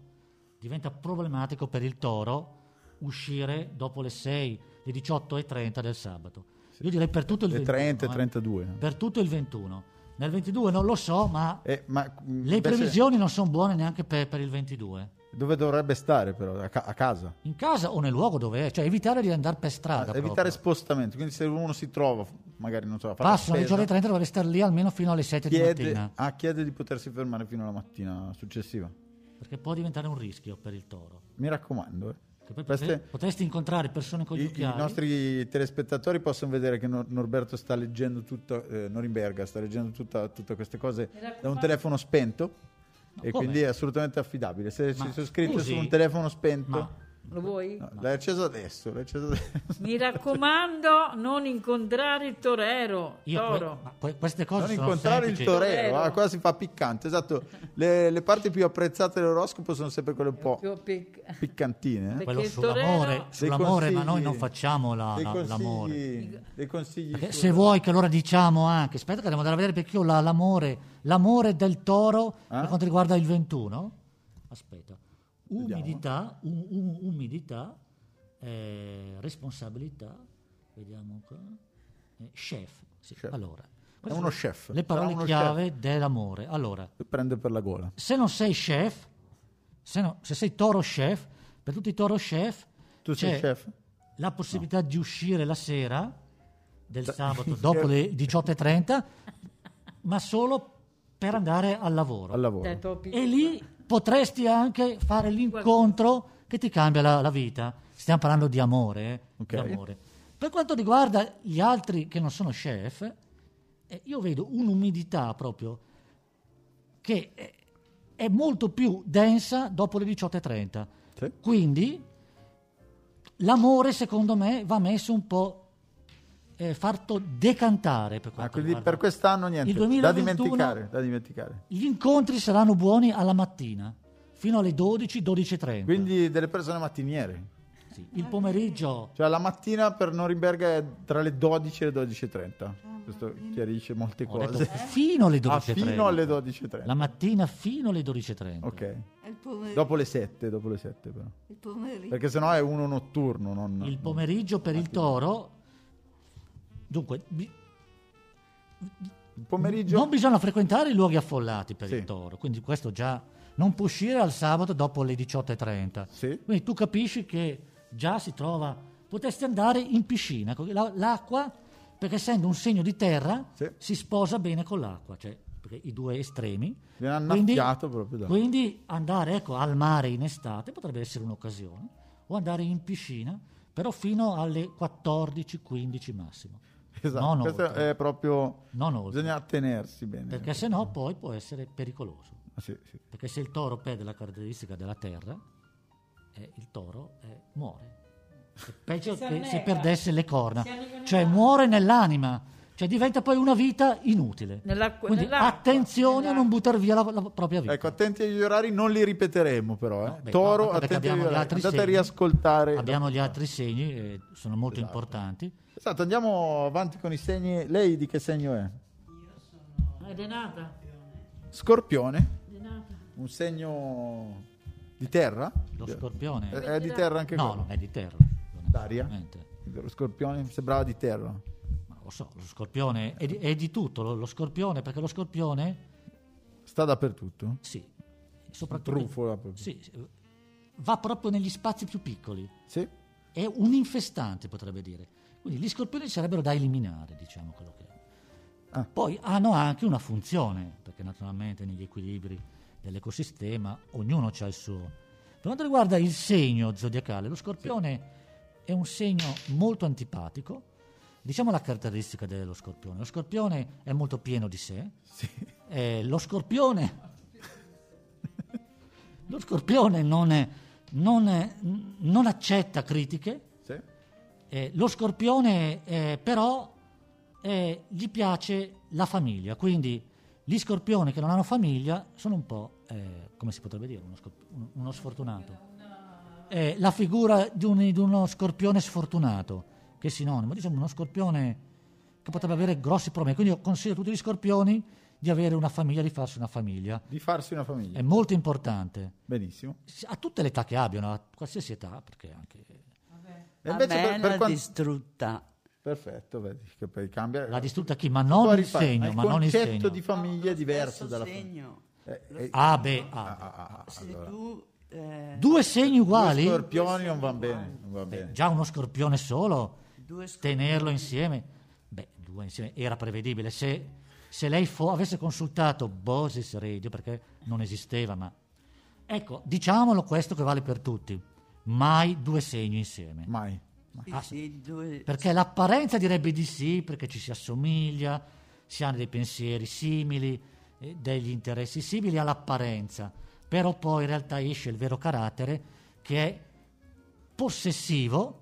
diventa problematico per il toro uscire dopo le 6, le 18.30 del sabato. Io direi per tutto il
Le
21,
30 e
eh.
32.
per tutto il 21 Nel 22 non lo so, ma
Eh, ma, mh,
le
beh,
previsioni non sono buone neanche per, per il 22.
se- Dove dovrebbe stare però? A, ca- a casa.
In casa o nel luogo dove è, cioè evitare di andare per strada.
Eh, Ah, Evitare
proprio.
spostamenti. Quindi se uno si trova, magari non so, a fare la
Passano le
spesa,
giorni 30 dovrei stare lì almeno fino alle 7 di
chiede,
mattina.
ah, chiede di potersi fermare fino alla mattina successiva.
Perché può diventare un rischio per il toro.
Mi raccomando. eh.
Che poi
Queste-
potre- potresti incontrare persone con
I,
gli
i
occhiali.
nostri telespettatori possono vedere che Nor- Norberto sta leggendo tutto, eh, Norimberga sta leggendo tutta- tutte queste cose
Mi raccomando.
da un telefono spento e
come?
quindi è assolutamente affidabile. Se
Ma
si sono scritte
scusi?
su un telefono spento,
Ma
Lo vuoi?
No, l'hai acceso adesso, l'hai acceso adesso.
Mi raccomando, non incontrare il torero.
io que-
toro.
ma que- queste cose
Non
sono
incontrare il
semplici.
torero,
Torero.
ah, qua si fa piccante. Esatto, le, le parti più apprezzate dell'oroscopo sono sempre quelle un po'
Proprio pic-
piccantine. eh.
Perché
Quello
il
sull'amore,
torero-
sull'amore,
Dei
ma noi
consigli-
non facciamo la-
dei
la-
consigli-
l'amore.
Dei consigli
Perché
su-
Eh, se vuoi che allora diciamo anche, aspetta che devo andare a vedere perché io la- l'amore, l'amore del toro per
Eh?
quanto riguarda il 21, aspetta,
Vediamo.
umidità, u- u- umidità, eh, responsabilità, vediamo qua, eh, chef, sì,
Chef.
allora.
È uno chef.
Le
Sarà uno
parole chiave dell'amore. Allora,
prende per la gola.
se non sei chef, se, no- se sei toro chef, per tutti i toro chef,
Tu sei
c'è
chef?
la possibilità di uscire la sera del sabato dopo le 18.30, ma solo per andare al lavoro.
Al lavoro.
Dai, topi.
E lì potresti anche fare l'incontro che ti cambia la, la vita. Stiamo parlando di amore, eh,
Ok.
di amore. Per quanto riguarda gli altri che non sono chef, eh, io vedo un'umidità proprio che è, è molto più densa dopo le 18.30.
Sì.
Quindi l'amore, secondo me, va messo un po'. eh, farto decantare per
Ah,
quanto
quindi
riguarda-
per quest'anno niente,
Il
da
2021
dimenticare, da dimenticare.
gli incontri saranno buoni alla mattina, fino alle 12, 12.30.
Quindi delle persone mattiniere.
Sì, il pomeriggio,
Cioè la mattina per Norimberga è tra le 12 e le 12.30. Questo chiarisce molte
ho detto,
cose.
fino alle
Ah,
12.30.
fino alle 12.30.
La mattina fino alle 12.30.
Ok.
È il pomeriggio.
Dopo le 7, dopo le 7 però.
Il pomeriggio.
Perché sennò è uno notturno, non
Il pomeriggio per il toro... Dunque, bi-
Il pomeriggio
non bisogna frequentare i luoghi affollati per
Sì.
il toro, quindi questo già... Non può uscire al sabato dopo le 18.30.
Sì.
Quindi tu capisci che già si trova... Potresti andare in piscina, co- la- l'acqua, perché essendo un segno di terra,
Sì.
si sposa bene con l'acqua, cioè perché i due estremi.
viene
Quindi-
annaffiato proprio da.
Quindi andare ecco, al mare in estate potrebbe essere un'occasione, o andare in piscina, però fino alle 14-15 massimo.
Esatto.
non
Questo
oltre.
è proprio
Non oltre.
bisogna tenersi bene.
Mm.
Perché se no poi può essere pericoloso.
Ah, sì, sì.
Perché se il toro perde la caratteristica della terra, eh, il toro eh, muore. È peggio
Si
che se
annega.
perdesse le corna,
Si annega
cioè
nell'acqua.
muore nell'anima, cioè diventa poi una vita inutile.
Nell'acqua-
Quindi
nell'acqua,
attenzione a non
nell'acqua.
buttare via la, la propria vita.
Ecco, attenti agli orari, non li ripeteremo però. Eh.
No, beh,
Toro,
no, anche
attenti
perché
agli
abbiamo gli
orari.
altri
Andate a
segni.
riascoltare.
Abbiamo gli altri segni, eh, sono molto
Esatto.
importanti.
Esatto, andiamo avanti con i segni. Lei di che segno è?
È Renata.
Scorpione,
Renata.
un segno di terra?
Lo
Di-
scorpione.
È, è di terra Eh, anche
no,
quello?
non è Eh. di terra.
D'aria?
ovviamente.
Lo scorpione sembrava di terra.
Ma lo so, lo scorpione è di, è di tutto, lo, lo scorpione, perché lo scorpione,
Sta dappertutto?
sì, soprattutto...
Trufola proprio.
Sì, sì, va proprio negli spazi più piccoli.
Sì?
È un infestante, potrebbe dire. Quindi gli scorpioni sarebbero da eliminare, diciamo quello che è.
Ah.
Poi hanno anche una funzione, perché naturalmente negli equilibri dell'ecosistema ognuno ha il suo. Per quanto riguarda il segno zodiacale, lo scorpione è un segno molto antipatico. Diciamo la caratteristica dello scorpione. Lo scorpione è molto pieno di sé. Eh, lo scorpione... lo scorpione non, è- non è- non accetta critiche.
Sì?
Eh, lo scorpione eh, però eh, gli piace la famiglia, quindi gli scorpioni che non hanno famiglia sono un po', eh, come si potrebbe dire, uno, scop- un- uno sfortunato. Eh, la figura di, un- di uno scorpione sfortunato, che è sinonimo, diciamo uno scorpione che potrebbe avere grossi problemi, quindi io consiglio a tutti gli scorpioni di avere una famiglia, di farsi una famiglia,
Di farsi una famiglia.
è molto importante,
Benissimo.
a tutte le età che abbiano, a qualsiasi età, perché anche...
E
A
invece
me
per,
l'ha
per, quan-
distrutta.
Perfetto, vedi che poi cambia.
L'ha distrutta chi? Ma non
Poi
il
rifai-
segno,
il
ma non il
concetto
segno.
di famiglia è diverso
Stesso
dalla
segno.
Eh, eh,
Ah, beh, ah,
ah,
beh.
ah, ah,
Se
allora.
tu eh,
due segni uguali?
Due scorpioni non va bene, non va
Beh,
bene.
già uno scorpione solo,
Due scorpioni.
tenerlo insieme. Beh, due insieme era prevedibile. Se, se lei fo- avesse consultato Bosis Radio, perché non esisteva, ma... Ecco, diciamolo questo che vale per tutti. Mai due segni insieme.
Mai.
sì,
ah,
sì, due-
Perché l'apparenza direbbe di sì, perché ci si assomiglia, si hanno dei pensieri simili, eh, degli interessi simili all'apparenza, però poi in realtà esce il vero carattere che è possessivo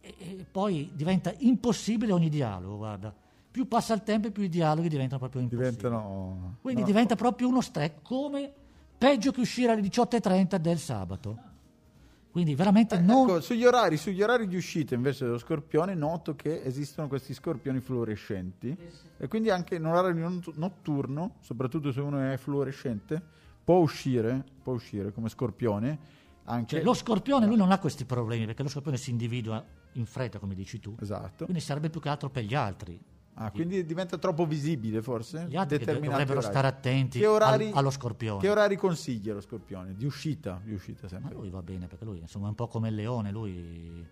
e, e poi diventa impossibile ogni dialogo, guarda. Più passa il tempo e più i dialoghi diventano proprio impossibili.
Diventano...
Quindi
no,
diventa proprio uno stress, come peggio che uscire alle 18.30 del sabato. Quindi veramente
Eh,
non...
ecco, sugli orari, sugli orari di uscita invece dello scorpione noto che esistono questi scorpioni fluorescenti e quindi anche in un orario not- notturno, soprattutto se uno è fluorescente, può uscire, può uscire come scorpione anche...
Cioè, lo scorpione lui non ha questi problemi perché lo scorpione si individua in fretta, come dici tu.
Esatto.
Quindi sarebbe più che altro per gli altri.
Ah, quindi diventa troppo visibile forse?
Gli altri che dov-
Determinati
dovrebbero
orari.
stare attenti
Che orari-
al- allo scorpione.
Che orari consiglia lo scorpione? Di uscita, di uscita
Ma
sempre.
lui va bene perché lui insomma, è un po' come il leone, lui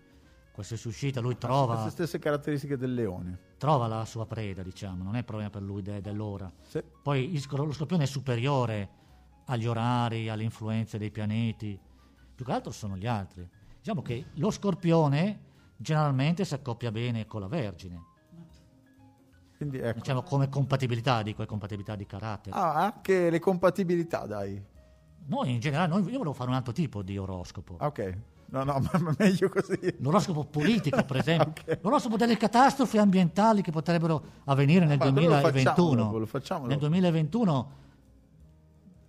qualsiasi uscita lui
Queste
trova,
stesse caratteristiche del leone.
trova la sua preda, diciamo, non è problema per lui de- dell'ora.
Sì.
Poi il scor- lo scorpione è superiore agli orari, alle influenze dei pianeti, più che altro sono gli altri. Diciamo che lo scorpione generalmente si accoppia bene con la Vergine.
Quindi ecco.
diciamo come compatibilità, dico, è compatibilità di carattere.
Ah, anche le compatibilità, dai.
Noi in generale, noi- io volevo fare un altro tipo di oroscopo.
Ah, ok. No, no, ma ma meglio così.
L'oroscopo politico, per esempio,
Ok.
l'oroscopo delle catastrofi ambientali che potrebbero avvenire nel
Ma quello lo facciamo
2021.
dopo, lo facciamo
nel
dopo.
2021,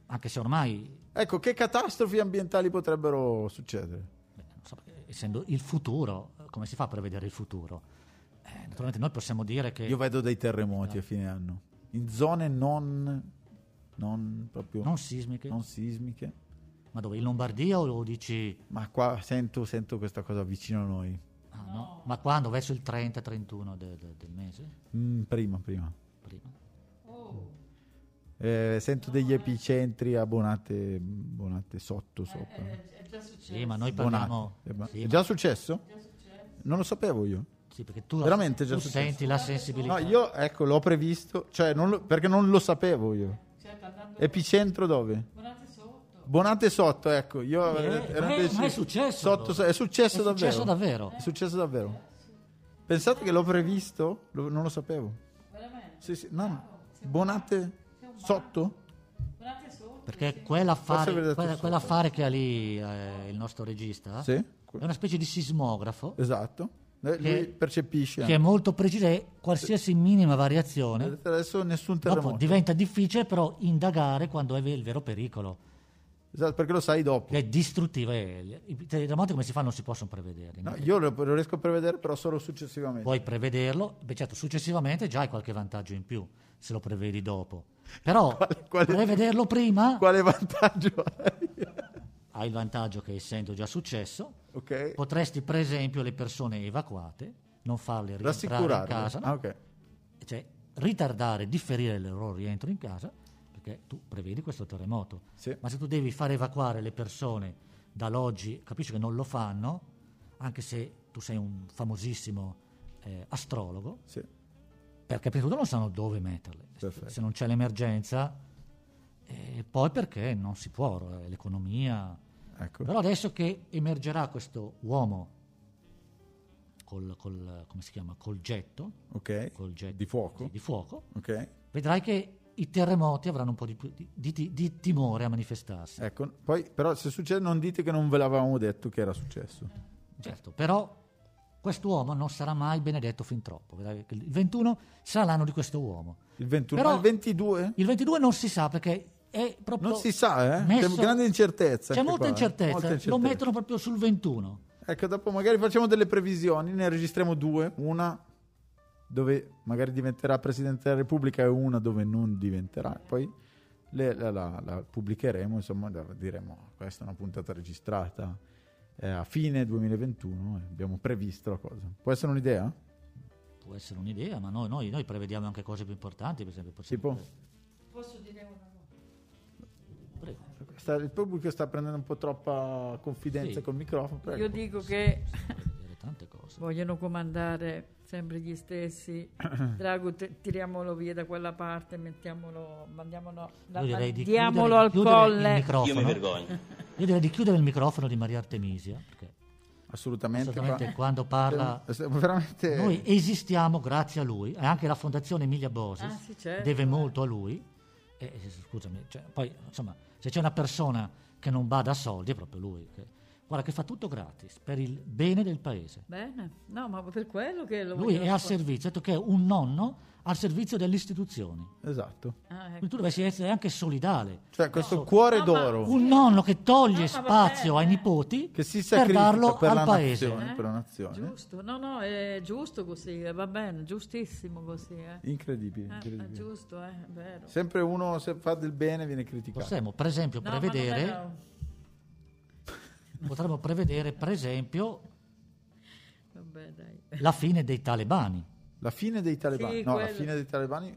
anche se ormai,
Ecco, che catastrofi ambientali potrebbero succedere?
beh, non so, perché essendo il futuro, come si fa a prevedere il futuro? Eh, naturalmente noi possiamo dire che
Io vedo dei terremoti a fine anno, in zone non, non proprio
non sismiche,
non sismiche,
ma dove? In Lombardia o dici...
ma qua sento, sento questa cosa vicino a noi.
ah, no. Ma quando? Verso il 30-31 del mese?
Mm, prima, prima.
Prima.
Eh, sento degli epicentri a Bonate, Bonate sotto, sopra.
Sì, ma noi
Bonate.
parliamo...
Eh, ma-
sì,
è
ma-
già successo? Non lo sapevo io.
Sì, perché tu,
Veramente è già
tu
successo.
senti la
No,
sensibilità.
io ecco, l'ho previsto, cioè non lo- perché non lo sapevo io. Epicentro dove? Bonate sotto. ecco, io
Eh,
ero- ero
ma è-
indeciso.
ma è successo
Sotto-
allora.
è successo
È
davvero.
successo davvero.
È successo davvero. Pensate che l'ho previsto? Lo- non lo sapevo. Sì, sì, no, no. Bonate sotto?
Perché quell'affare,
Forse avete detto
quella-
sotto.
quell'affare che ha lì eh, il nostro regista
Sì.
è una specie di sismografo
Esatto. Eh, Lui
Che-
percepisce.
che è
anche.
molto preciso e qualsiasi minima variazione
Adesso nessun terremoto.
dopo diventa difficile però indagare quando è il vero pericolo.
Esatto, perché lo sai dopo.
È distruttiva. e- I terremoti come si fa non si possono prevedere.
No, io lo, lo riesco a prevedere però solo successivamente.
Puoi prevederlo, beh certo successivamente già hai qualche vantaggio in più se lo prevedi dopo. Però
Quale- quale-
prevederlo prima
Quale vantaggio hai?
hai il vantaggio che essendo già successo
ok.
potresti per esempio le persone evacuate non farle rientrare in
Rassicurare.
casa no?
Ah, ok.
cioè ritardare differire il loro rientro in casa perché tu prevedi questo terremoto
Sì.
ma se tu devi far evacuare le persone dall'oggi capisci che non lo fanno anche se tu sei un famosissimo eh, astrologo
Sì.
perché prima di tutto non sanno dove metterle
Perfetto.
se non c'è l'emergenza e poi perché non si può eh, l'economia
Ecco.
però adesso che emergerà questo uomo col, col- come si chiama? Col getto,
ok.
col getto-
Di fuoco.
sì, di fuoco,
Ok.
vedrai che i terremoti avranno un po' di, più- di- di- di- di timore a manifestarsi.
Ecco. Poi però se succede non dite che non ve l'avevamo detto che era successo.
Certo, però quest'uomo non sarà mai benedetto fin troppo. vedrai che il 21 sarà l'anno di questo uomo.
Il 21,
Però-
ma il 22?
Il 22 non si sa perché è proprio...
Non si sa, eh?
messo-
C'è grande incertezza.
C'è
anche qua,
molta
eh.
incertezza,
Molta
lo
incertezza.
mettono proprio sul 21.
Ecco, dopo magari facciamo delle previsioni, ne registriamo due, una dove magari diventerà Presidente della Repubblica e una dove non diventerà, poi le- la, la- la pubblicheremo, insomma la- diremo questa è una puntata registrata eh, a fine 2021, e abbiamo previsto la cosa. Può essere un'idea?
può essere un'idea, ma noi, noi- noi prevediamo anche cose più importanti, per esempio. possiamo-
Tipo?
Posso dire una cosa?
Prego.
Sta- il pubblico sta prendendo un po' troppa confidenza
Sì.
col microfono. prego.
Io dico che
Possiamo vedere tante cose.
vogliono comandare sempre gli stessi. Drago, te- tiriamolo via da quella parte, mettiamolo, mandiamolo, la-
Io direi di
mandiamolo
chiudere-
al
chiudere il
colle.
Io mi
microfono.
vergogno.
Io direi di chiudere il microfono di Maria Artemisia, perché
assolutamente.
assolutamente
qua-
quando parla
Eh, veramente
noi esistiamo grazie a lui, e anche la fondazione Emilia Bosis
Ah, sì, certo.
deve molto a lui. E, eh, scusami, cioè, poi insomma, se c'è una persona che non bada a soldi è proprio lui. che- guarda che fa tutto gratis per il bene del paese.
Bene, no, ma per quello che lo
Lui è
vogliono
al
fare.
servizio, ha detto che è un nonno al servizio delle istituzioni.
esatto.
Ah, ecco.
Quindi tu dovresti essere anche solidale.
Cioè, questo cuore
No, ma-
d'oro
Un nonno che toglie
No, ma eh. va
spazio ai
bene.
nipoti
che si
per
sacrifica
darlo
per, la
al paese.
nazione, per la nazione.
Eh? Giusto, no, no, è giusto così, eh, va bene, giustissimo così, eh.
Incredibile,
Eh, è
incredibile.
giusto, eh, è vero.
Sempre uno se fa del bene viene criticato.
Possiamo, per esempio,
No, ma non
prevedere,
è-
potremmo prevedere, per esempio,
Vabbè, dai.
la fine dei talebani.
La fine dei talebani,
Sì,
no, la
quello.
fine dei talebani,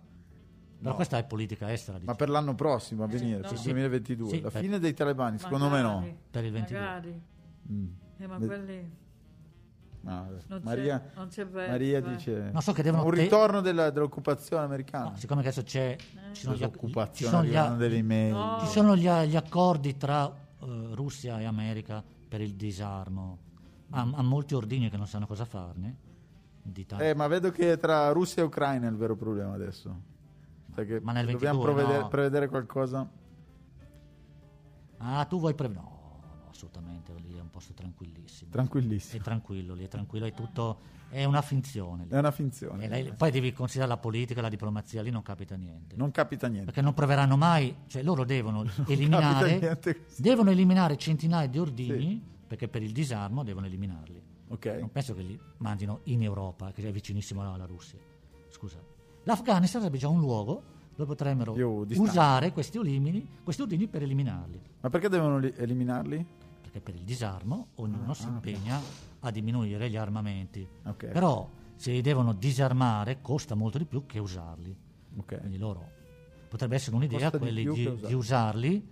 Ma questa è politica estera,
ma
diciamo.
per l'anno prossimo a venire,
Eh, no.
per il
Sì.
2022.
Sì,
la
per-
fine dei talebani, secondo me
Magari,
no.
Per il 22.
Magari.
Mm.
Eh, ma
Beh,
quelli...
Ma-
Non c'è-
Maria,
non c'è verso,
Maria
eh.
dice
Non so che devono
un
te-
ritorno della- dell'occupazione americana.
No, siccome adesso c'è, ci sono gli, ci
L'occupazione
sono gli-
arrivano delle email.
No.
ci sono gli- gli accordi tra eh, Russia e America per il disarmo. Ha, ha molti ordini che non sanno cosa farne. di tanti-
Eh, ma vedo che tra Russia e Ucraina è il vero problema adesso. Sai che
Ma nel
dobbiamo
22,
provvedere-
no.
prevedere qualcosa.
Ah, tu vuoi prevedere? No, no, assolutamente, lì è un posto tranquillissimo. è
Tranquillissimo.
tranquillo lì, è tranquillo, è tutto, è una finzione lì.
È una finzione.
E lei- poi devi considerare la politica, la diplomazia, lì non capita niente.
Non capita niente.
Perché non proveranno mai, cioè loro devono eliminare,
niente.
devono eliminare centinaia di ordini, perché per il disarmo devono eliminarli.
Ok.
Eh, Non penso che li mandino in Europa, che è vicinissimo alla alla Russia. Scusa. L'Afghanistan sarebbe già un luogo dove potrebbero
Più distante.
usare questi ordini, questi ordini per eliminarli.
Ma perché devono li- eliminarli?
perché per il disarmo ognuno si impegna a diminuire gli armamenti.
Ah, Ok.
Però se li devono disarmare costa molto di più che usarli.
Ok.
Quindi loro potrebbe essere un'idea
Costa di
quelli
più
di,
che
di usarli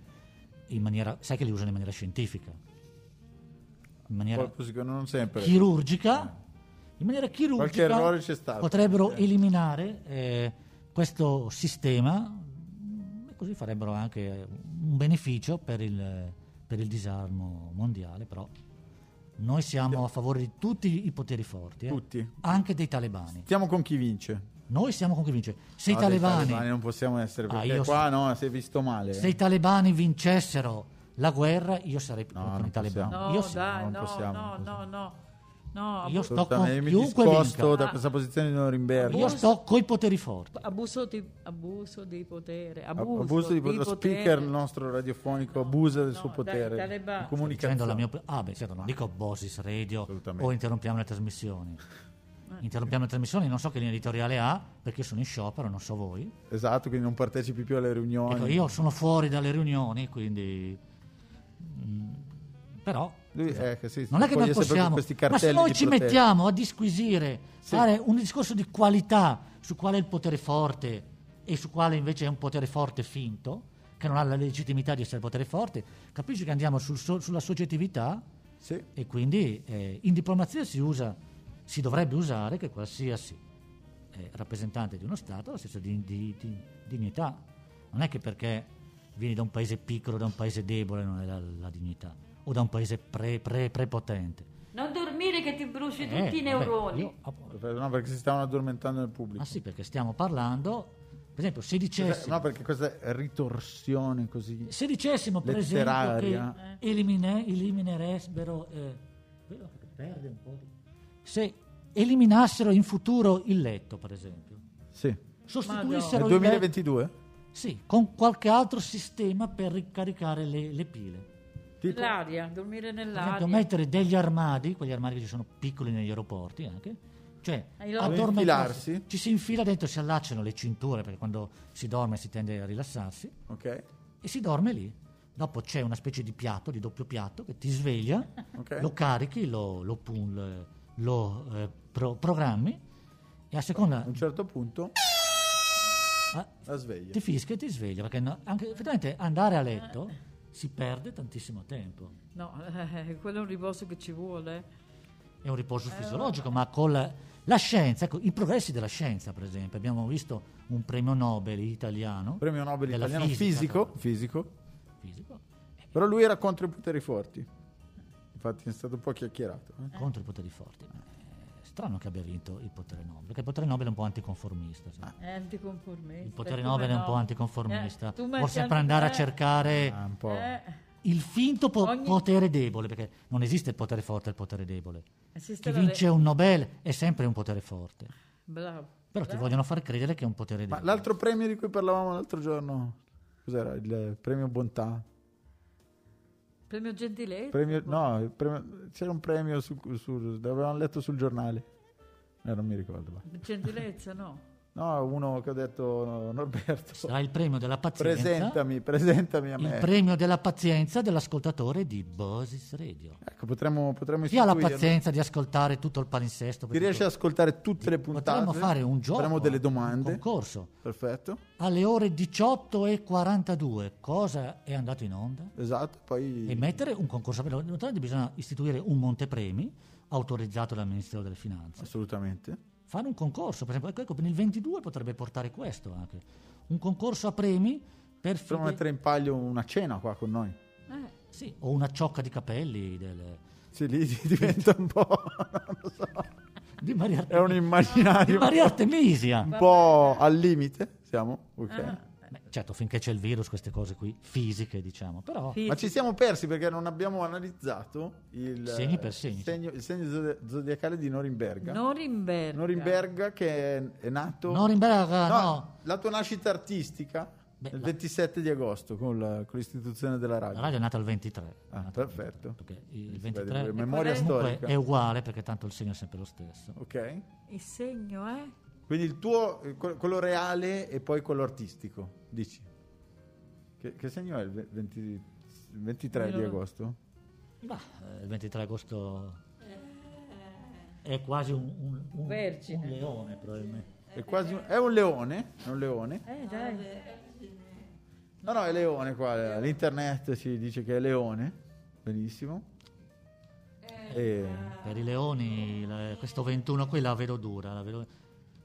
in maniera sai che li usano in maniera scientifica. In maniera
Poi, così che non sempre.
chirurgica in maniera chirurgica
Ah. errore c'è stato.
potrebbero
Eh.
eliminare eh, questo sistema mm, e così farebbero anche un beneficio per il, per il disarmo mondiale però noi siamo a favore di tutti i poteri forti eh,
Tutti.
anche dei talebani
Stiamo con chi vince. Ah,
noi siamo con chi vince se i
No, dei
talebani,
non possiamo essere
Ah,
perché
io
qua no, si è visto male.
se i talebani vincessero la guerra io sarei più
No,
con
non
i talebani
possiamo.
No,
io sì.
dai,
non
no,
possiamo,
no,
non
no, no, no.
Io
Abu-
sto con
Assolutamente, mi
chiunque
discosto
vinca.
da questa posizione di Norimberga.
io sto coi poteri forti
abuso, di, abuso di potere.
Ab-
Abuso,
abuso di, lo
potere.
speaker nostro radiofonico abusa del
no,
suo
dai,
potere.
i
di
talebani.
Sto dicendo la
Comunicazione.
mia op- ah, beh, certo, non dico Bosis Radio Eh.
Assolutamente.
o interrompiamo le trasmissioni. Interrompiamo le trasmissioni, non so che linea editoriale ha, perché io sono in sciopero, non so voi.
Esatto, quindi non partecipi più alle riunioni.
Ecco, io sono fuori dalle riunioni, quindi... mm, però...
Lui, eh, che sì,
Esatto. Non è che noi
accoglie sempre
possiamo...
questi
Ma se
cartelli
noi
di
ci
protesta.
mettiamo a disquisire,
Sì.
fare un discorso di qualità su quale è il potere forte e su quale invece è un potere forte finto, che non ha la legittimità di essere potere forte, capisci che andiamo sul so- sulla soggettività
Sì.
e quindi eh, in diplomazia si usa, si dovrebbe usare che qualsiasi eh, rappresentante di uno Stato ha la stessa di- di- di- dignità. Non è che perché vieni da un paese piccolo, da un paese debole, non è la, la dignità, o da un paese pre- pre- prepotente.
Non dormire che ti bruci
Eh,
tutti i
vabbè,
neuroni.
io- ah,
No, perché si stavano addormentando nel pubblico.
ah sì, perché stiamo parlando, per esempio, se
Cioè,
dicessimo,
No, perché questa ritorsione così.
se dicessimo per esempio
letteraria.
che elimine- eliminerebbero, eh, quello che perde un po' di- se eliminassero in futuro il letto, per esempio.
Sì. Nel
Cioè, sostituissero il
2022?
sì, con qualche altro sistema per ricaricare le, le pile.
Tipo?
L'aria, dormire
Per esempio,
nell'aria.
mettere degli armadi, quegli armadi che ci sono piccoli negli aeroporti anche, cioè
Ai loro-
Infilarsi?
addormentarsi, ci si infila dentro, si allacciano le cinture perché quando si dorme si tende a rilassarsi
Ok.
e si dorme lì. Dopo c'è una specie di piatto, di doppio piatto, che ti sveglia,
Ok.
lo carichi, lo, lo, pun- lo- lo, eh, pro- programmi E a seconda
A un certo punto
ah,
la sveglia.
ti fischia e ti sveglia, perché no- anche, effettivamente andare a letto si perde tantissimo tempo.
No, eh, quello è un riposo che ci vuole.
È un riposo
Eh,
fisiologico, ma con la, la scienza, ecco, i progressi della scienza, per esempio. Abbiamo visto un premio Nobel italiano.
Premio Nobel
della
italiano
fisica,
fisico,
tra-
fisico,
fisico,
però lui era contro i poteri forti. Infatti è stato un po' chiacchierato. eh.
contro i poteri forti. Ma è strano che abbia vinto il potere Nobel, perché il potere Nobel è un po' anticonformista.
Ah.
sai.
È anticonformista.
Il potere
come
Nobel è un
no.
po' anticonformista.
Eh, tu
Vuol
metti
sempre
anche-
andare a
eh,
cercare
Ah, un po'.
eh,
il finto po-
Ogni-
potere debole, perché non esiste il potere forte e il potere debole.
esiste
Chi
la
vince
re-
un Nobel è sempre un potere forte.
Bravo. Eh,
Però ti vogliono far credere che è un potere
Ma
debole.
l'altro premio di cui parlavamo l'altro giorno, cos'era? Il premio Bontà?
Premio Gentilezza.
Premio- no, il premio- c'era un premio, su, su- l'avevamo letto sul giornale. Eh, non mi ricordo. va.
Gentilezza, no.
No, uno che ha detto no, Norberto,
Sarà il premio della pazienza.
presentami, presentami a
Il
me.
premio della pazienza dell'ascoltatore di Bosis Radio.
Ecco, potremmo, potremmo
Chi ha la
istituirlo.
pazienza di ascoltare tutto il palinsesto?
Ti riesci ad ascoltare tutte le puntate?
Potremmo fare un gioco.
Faremo delle
Un
domande.
concorso.
Perfetto,
Alle ore 18 e 42 cosa è andato in onda?
esatto. Poi
E mettere un concorso per Naturalmente bisogna istituire un montepremi autorizzato dal Ministero delle Finanze.
assolutamente.
Fare un concorso, per esempio, ecco, ecco, per il 22 potrebbe portare questo anche. Un concorso a premi per
Potremmo
fide-
mettere in palio una cena qua con noi.
Eh,
Sì, o una ciocca di capelli del-
Sì, lì di- diventa un po'. non lo so.
di Maria
È un
Artemisia. Di
immaginario
Maria Artemisia.
un po' al limite. Siamo, ok.
Beh, certo, finché c'è il virus, queste cose qui, fisiche, diciamo, però
fi-
Ma ci siamo persi perché non abbiamo analizzato il
Segni per segni.
segno- il segno zodi- zodiacale di Norimberga.
Norimberga.
Norimberga che è, è nato.
Norimberga
No,
no.
la tua nascita artistica
Beh,
il
la-
27 di agosto con, la- con l'istituzione della radio.
La radio è nata il 23.
Ah,
È nata il
perfetto.
23, Perché il
Vedi,
23
memoria
comunque
storica.
è uguale perché tanto il segno è sempre lo stesso.
Ok?
Il segno è?
Quindi il tuo, eh, que- quello reale e poi quello artistico, dici. Che, che segno è il ve- 20 il 23 di
Io-
agosto?
Bah, eh, il 23 agosto è quasi un, un- un-
Vergine.
un leone probabilmente.
È quasi un, è un leone, è un leone.
Eh, dai.
No, no, è leone qua, l'internet ci dice che è leone. Benissimo. E-
Per i leoni la- questo 21 qui la vedo dura, la vedo,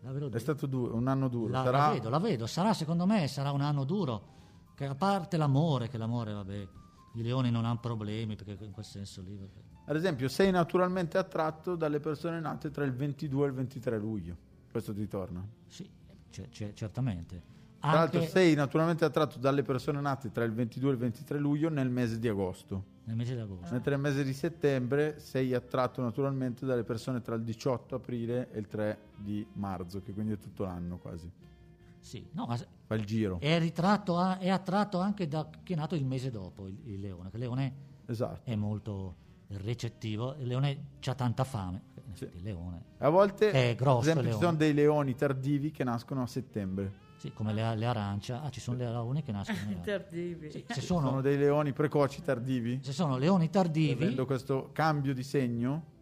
la vedo
è
dura.
stato du- un anno duro.
La,
Sarà
la vedo, la vedo, sarà secondo me sarà un anno duro, che a parte l'amore, che l'amore vabbè, i leoni non hanno problemi perché in quel senso lì... vabbè.
Ad esempio, sei naturalmente attratto dalle persone nate tra il 22 e il 23 luglio. Questo ti torna.
Sì, c- c- certamente.
Tra l'altro,
Anche
sei naturalmente attratto dalle persone nate tra il 22 e il 23 luglio nel mese di agosto.
nel mese di agosto.
Mentre nel mese di settembre sei attratto naturalmente dalle persone tra il 18 aprile e il 3 di marzo, che quindi è tutto l'anno quasi.
Sì, no, ma s-
Fa il giro.
è, ritratto a- è attratto anche da chi è nato il mese dopo, il, il leone. Che il leone
Esatto.
è molto recettivo, il leone ha tanta fame. In effetti, Il leone,
A volte,
È grosso
ad esempio,
il
ci
leone.
sono dei leoni tardivi che nascono a settembre.
sì, come le, le arance, ah, ci sono le leoni che nascono. in arance.
Tardivi.
Sì, se,
Sono,
sono,
dei leoni precoci tardivi.
se sono leoni tardivi,
Avendo questo cambio di segno,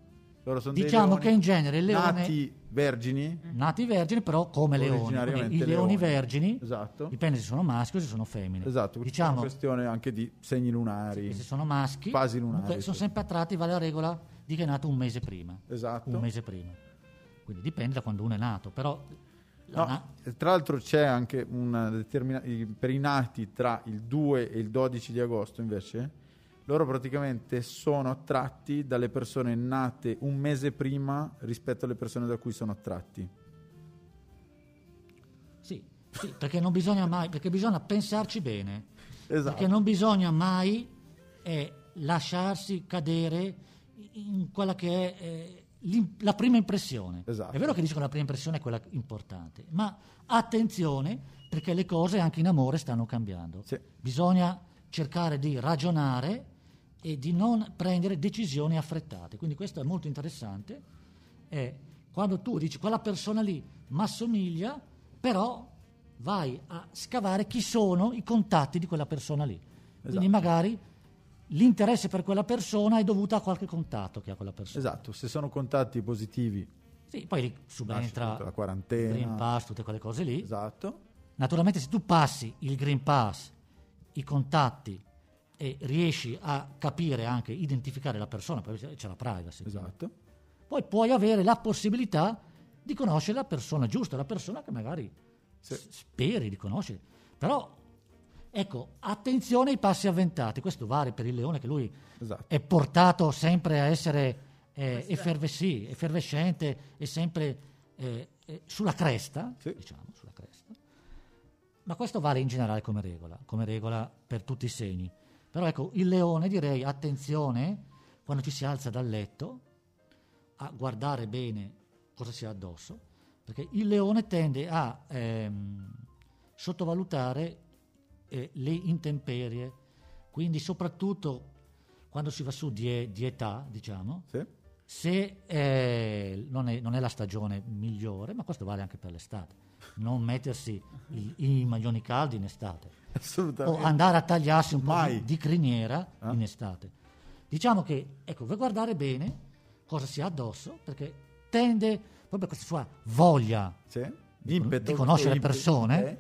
loro sono dei
Diciamo
leoni
che in genere il leone-
nati vergini,
nati vergini, però come leoni. Quindi
originariamente
I leoni vergini,
Esatto.
dipende se sono maschi o se sono femmine.
Esatto, diciamo, è
diciamo
una questione anche di segni lunari.
che se sono maschi,
Fasi lunari,
comunque sono
sì.
sempre attratti, vale la regola di che è nato un mese prima.
Esatto.
Un mese prima. Quindi dipende da quando uno è nato, però la
No,
na-
tra l'altro c'è anche una determina- i- per i nati tra il 2 e il 12 di agosto invece, loro praticamente sono attratti dalle persone nate un mese prima rispetto alle persone da cui sono attratti.
sì, sì, perché non bisogna mai, perché bisogna pensarci bene,
Esatto.
perché non bisogna mai eh, lasciarsi cadere in quella che è eh, l'im- la prima impressione.
Esatto.
È vero che dicono che la prima impressione è quella importante, ma attenzione perché le cose anche in amore stanno cambiando.
Sì.
Bisogna cercare di ragionare e di non prendere decisioni affrettate. Quindi questo è molto interessante. È quando tu dici quella persona lì m'assomiglia, però vai a scavare chi sono i contatti di quella persona lì. Quindi
Esatto.
magari l'interesse per quella persona è dovuto a qualche contatto che ha quella persona.
Esatto, se sono contatti positivi
Sì, poi
Lasci
subentra
tutta la
il
quarantena.
Green Pass, tutte quelle cose lì.
Esatto.
Naturalmente se tu passi il Green Pass, i contatti e riesci a capire anche, identificare la persona, poi c'è la privacy.
Esatto.
Poi puoi avere la possibilità di conoscere la persona giusta, la persona che magari
Sì.
s- speri di conoscere. Però, ecco, attenzione ai passi avventati. Questo vale per il leone che lui
Esatto.
è portato sempre a essere eh,
Questa-
effervescì, effervescente e sempre eh, eh, sulla cresta,
Sì.
diciamo, sulla cresta. Ma questo vale in generale come regola, come regola per tutti i segni. Però ecco, il leone direi attenzione quando ci si alza dal letto a guardare bene cosa si ha addosso, perché il leone tende a ehm, sottovalutare eh, le intemperie, quindi soprattutto quando si va su di, e- di età, diciamo,
Sì.
se eh, non, è, non è la stagione migliore, ma questo vale anche per l'estate, non mettersi i, i maglioni caldi in estate o
Assolutamente.
andare a tagliarsi un po'
Mai.
di, di criniera
Eh?
in estate. Diciamo che, ecco, per guardare bene cosa si ha addosso, perché tende proprio questa sua voglia,
Sì.
di
Impeto,
conoscere
impeto,
persone.
eh.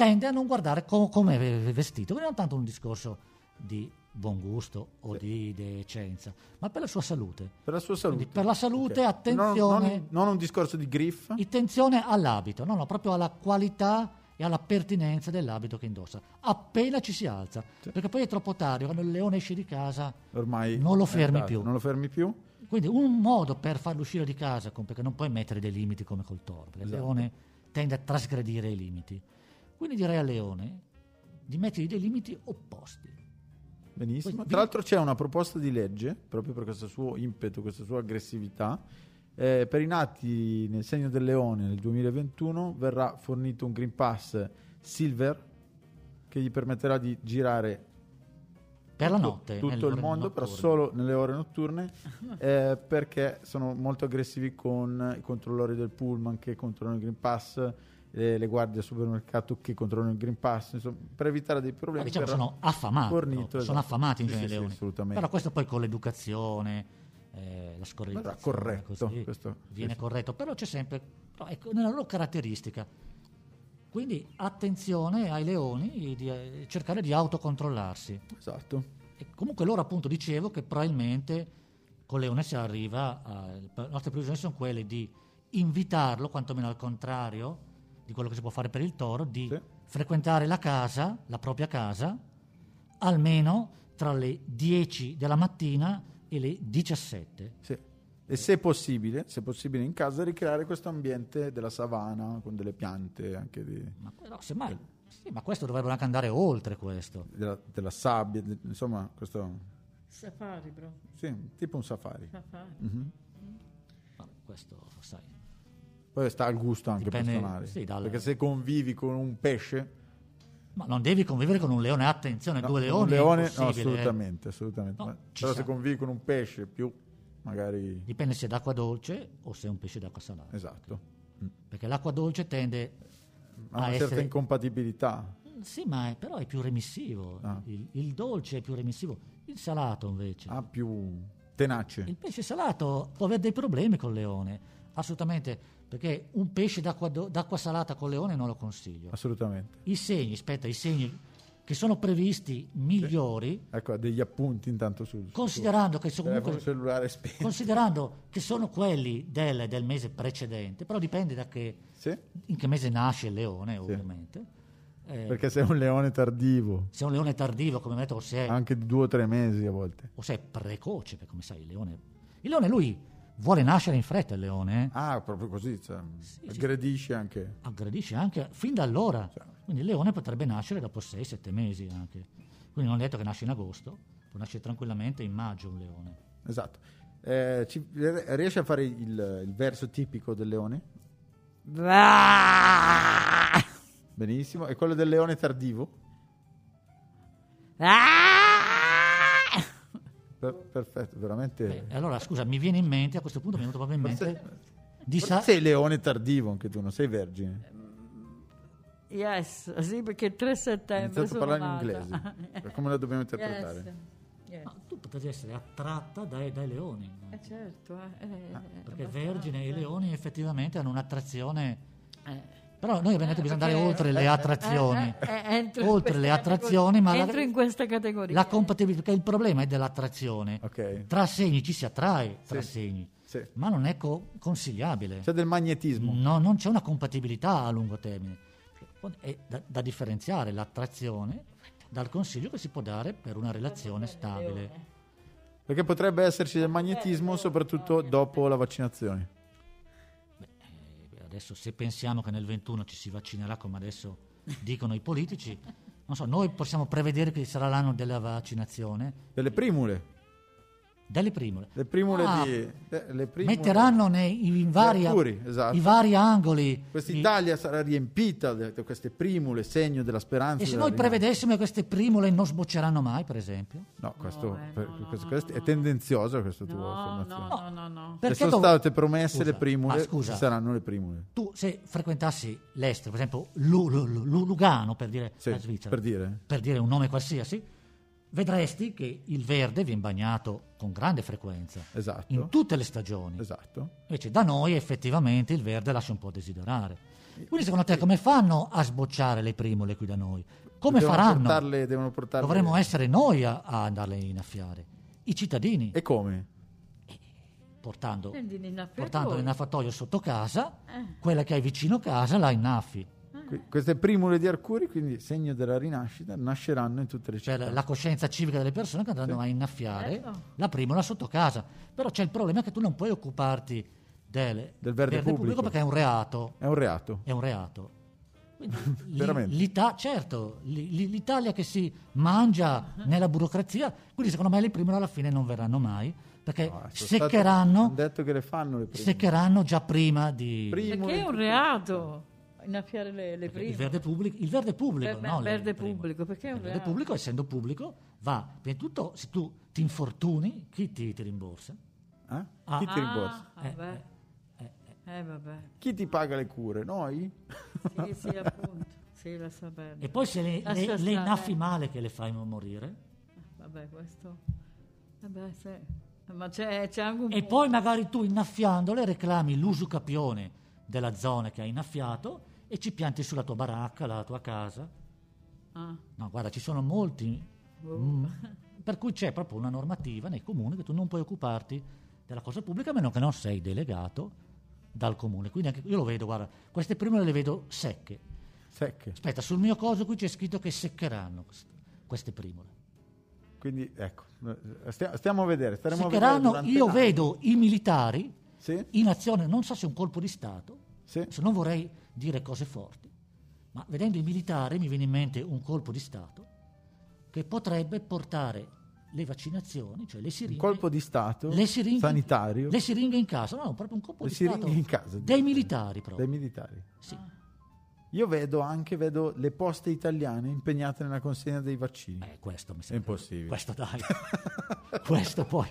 tende a non guardare co- come è vestito, quindi non tanto un discorso di buon gusto o di decenza, ma per la sua salute.
Per la sua salute.
Quindi per la salute,
Ok.
attenzione.
Non, non- non un discorso di griff.
Attenzione all'abito, no, no, proprio alla qualità e alla pertinenza dell'abito che indossa. Appena ci si alza,
Sì.
perché poi è troppo tardi, quando il leone esce di casa.
Ormai
Non lo
è
fermi
andato.
più.
Non lo fermi più.
Quindi un modo per farlo uscire di casa, con- perché non puoi mettere dei limiti come col toro, perché
Esatto.
il leone tende a trasgredire i limiti. Quindi direi al leone di mettergli dei limiti opposti.
Benissimo.
Poi-
Tra l'altro c'è una proposta di legge, proprio per questo suo impeto, questa sua aggressività. eh, per i nati nel segno del leone nel 2021 verrà fornito un Green Pass Silver che gli permetterà di girare
Per la
tutto-
notte. nelle
tutto il
ore
mondo, però
notturne.
solo nelle ore notturne, eh, perché sono molto aggressivi con i controllori del pullman che controllano il Green Pass, eh, le guardie al supermercato che controllano il Green Pass, insomma, per evitare dei
Ma
problemi.
diciamo
verrà
sono affamati.
fornito,
proprio,
esatto.
Sono affamati in
Sì,
genere
sì,
i
sì,
leoni.
assolutamente.
Però questo poi con l'educazione, eh, la scorrettezza.
Verrà corretto,
così,
questo-
viene
sì, sì.
corretto, però c'è sempre però ecco, nella loro caratteristica. Quindi attenzione ai leoni, di, eh, cercare di autocontrollarsi.
Esatto.
E comunque loro appunto dicevo che probabilmente con Leone si arriva a, le nostre previsioni sono quelle di invitarlo quantomeno al contrario di quello che si può fare per il toro di
Sì.
frequentare la casa la propria casa almeno tra le 10 della mattina e le 17
Sì. E se possibile, se possibile in casa, ricreare questo ambiente della savana con delle piante, anche di-
ma, no, semmai- sì, ma questo dovrebbero anche andare oltre questo
della, della sabbia, de- insomma, questo...
Safari, però.
Sì, tipo un safari.
Safari.
Mhm.
Ma questo sai
Poi sta al gusto anche
Dipende-
personale.
sì, dal-
Perché se convivi con un pesce,
ma non devi convivere con un leone attenzione
no,
due
un
leoni è
leone, no,
impossibile, eh.
assolutamente, assolutamente.
No,
Ma-
ci
Però
sta.
se convivi con un pesce più magari
Dipende se è d'acqua dolce o se è un pesce d'acqua salata.
esatto,
Perché l'acqua dolce tende
ha una certa
a Ah, essere... Mm,
incompatibilità.
Sì, ma è- però è più remissivo.
Ah.
Il, il dolce è più remissivo. Il salato invece.
Ha più tenace.
Il pesce salato può avere dei problemi col leone. Assolutamente. Perché un pesce d'acqua, do- d'acqua salata col leone non lo
Ah,
consiglio.
Assolutamente.
I segni, aspetta, i segni che sono previsti migliori,
Ecco, ha degli appunti intanto sul sul
considerando che sono
telefono
comunque...
cellulare spento.
Considerando che sono quelli del, del mese precedente, però dipende da che,
Sì,
in che mese nasce il leone, ovviamente. Eh,
perché sei un leone tardivo,
se è un leone tardivo, come metto, o se è,
anche di due o tre mesi a volte.
o se è precoce, perché come sai, il leone. Il leone lui vuole nascere in fretta, il leone. eh.
Ah, proprio così, cioè,
Sì, sì.
aggredisci anche.
Aggredisce anche fin da allora.
Certo.
Quindi il leone potrebbe nascere dopo 6-7 mesi anche. Quindi non è detto che nasce in agosto, può nascere tranquillamente in maggio un leone.
Esatto. Eh, ci- riesci a fare il, il verso tipico del leone? Benissimo. E quello del leone tardivo?
Ah!
Per- perfetto, veramente.
Beh, e allora scusa, mi viene in mente, a questo punto mi è venuto proprio in mente, di
Forse
sa-
sei leone tardivo anche tu, non sei vergine.
Yes, sì, perché il 3
Hai
Eh,
settembre
iniziato a
sono
parlare in
nata.
inglese. Come la dobbiamo interpretare?
Yes. Yes.
Ma tu potessi essere attratta dai, dai leoni. no?
Eh, certo, eh, eh,
Ah.
eh,
Perché
abbastanza.
vergine e leoni effettivamente hanno un'attrazione... Però noi abbiamo detto bisogna andare
Eh. perché-
oltre le attrazioni.
Eh, eh, eh, entro
Oltre
in questa
le
categoria-
attrazioni, ma la-
entro in questa categoria.
La compatibilità, perché il problema è dell'attrazione.
Ok.
Tra segni ci si attrae, tra
Sì.
segni,
Sì.
ma non è co- consigliabile.
C'è del magnetismo.
No, non c'è una compatibilità a lungo termine. È da, da differenziare l'attrazione dal consiglio che si può dare per una relazione
eh.
stabile.
Perché potrebbe esserci del magnetismo, soprattutto dopo la vaccinazione.
Eh, Adesso se pensiamo che nel 21 ci si vaccinerà come adesso dicono i politici, non so, noi possiamo prevedere che sarà l'anno della vaccinazione
Delle primule.
delle primule.
Le primule
Ah,
di. eh, le primule-
Metteranno nei, in vari,
Mercuri, esatto.
i vari angoli.
Questa
i-
Italia sarà riempita di di queste primule, segno della speranza.
E se
della
noi
rinascita.
prevedessimo che queste primule non sbocceranno mai, per esempio?
No, questo,
No, eh,
per-
no, no,
questo-
no,
questo
no,
è
no.
tendenzioso questa tua
No,
affermazione.
no, no, no, no.
Se
Perché
sono
dove-
state promesse
Scusa,
le primule,
ma scusa.
ci saranno le primule.
Tu se frequentassi l'estero, per esempio Lu- Lu- Lu- Lugano, per dire
Sì,
la Svizzera,
per dire.
per dire un nome qualsiasi, vedresti che il verde viene bagnato con grande frequenza,
Esatto.
in tutte le stagioni.
Esatto.
Invece da noi effettivamente il verde lascia un po' a desiderare.
Eh,
Quindi secondo te come fanno a sbocciare le primule qui da noi? Come
Devono
faranno?
portarle- devono portarle-
Dovremmo essere noi a, a andarle a innaffiare, i cittadini,
E come?
portando,
Prendi l'innaffiatore.
Certo. portando l'innaffatoio sotto casa, quella che hai vicino casa la innaffi.
Ah.
Qui- queste primule di Arcuri, quindi segno della rinascita, nasceranno in tutte le
Cioè
città.
la, la coscienza civica delle persone che andranno a innaffiare
Certo.
la primola sotto casa. Però c'è il problema che tu non puoi occuparti del,
Del verde pubblico.
perché è un reato.
È un reato.
È un reato. Quindi, l'i-
Veramente?
l'Ita- certo, l'i- l'i- l'Italia che si mangia
Uh-huh.
nella burocrazia, quindi secondo me le primole alla fine non verranno mai, perché
No, eh, sono state-
Eh, seccheranno...
hanno detto che le fanno le primule.
seccheranno già prima di
Prima-
Perché è un reato innaffiare le, le prime.
il verde pubblico, il verde
Eh,
pubblico,
Beh, beh,
no, le
verde
prime.
pubblico, perché è un
il verde
reato.
pubblico, essendo pubblico, va prima di tutto. Se tu ti infortuni, chi ti, ti rimborsa?
Eh?
Ah.
Chi ti rimborsa?
Ah, vabbè. Eh, vabbè.
Chi ti paga le cure? Noi?
Sì, sì, appunto. Sì, la sa bene.
E poi se le,
Lascia
le, le
stare.
innaffi male che le fai morire,
Vabbè, questo... Vabbè, sì. Ma c'è, c'è anche un...
e poi magari tu innaffiandole reclami l'usucapione della zona che hai innaffiato e ci pianti sulla tua baracca, la tua casa.
Ah,
No, guarda, ci sono molti.
boh.
mm, per cui c'è proprio una normativa nei comuni che tu non puoi occuparti della cosa pubblica a meno che non sei delegato dal comune. Quindi anche io lo vedo, guarda, queste prime le vedo secche.
Secche.
Aspetta, sul mio coso qui c'è scritto che seccheranno quest- queste primole.
Quindi ecco, eh, stia- stiamo a vedere. Staremo a vedere
Seccheranno,
durante
io
l'anno.
vedo i militari
Sì?
in azione, non so se è un colpo di Stato,
Sì?
se non vorrei dire cose forti, ma vedendo i militari mi viene in mente un colpo di Stato che potrebbe portare le vaccinazioni, cioè le
Un
siringhe,
colpo di Stato
le siringhe-
sanitario
le siringhe in casa, no, proprio un colpo
Le
di
siringhe
Stato
in casa,
dei
dico.
militari proprio.
dai militari.
Sì.
Io vedo anche vedo le poste italiane impegnate nella consegna dei vaccini.
Eh, questo mi
È
sembra.
impossibile.
Questo dai. questo poi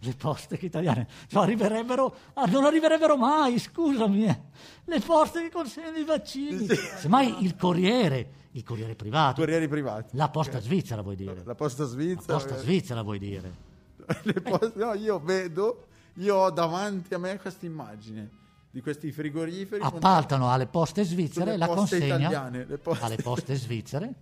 le poste italiane cioè, arriverebbero ah, non arriverebbero mai, scusami. eh. Le poste che consegnano i vaccini. Semmai il corriere, il corriere privato,
Corrieri privati.
la posta svizzera vuoi dire.
La posta svizzera. eh.
posta svizzera vuoi dire.
Le poste- no, io vedo, io ho davanti a me questa immagine di questi frigoriferi. con-
Appaltano alle poste svizzere
Sulle
la
poste
consegna
italiane, le poste-
alle poste svizzere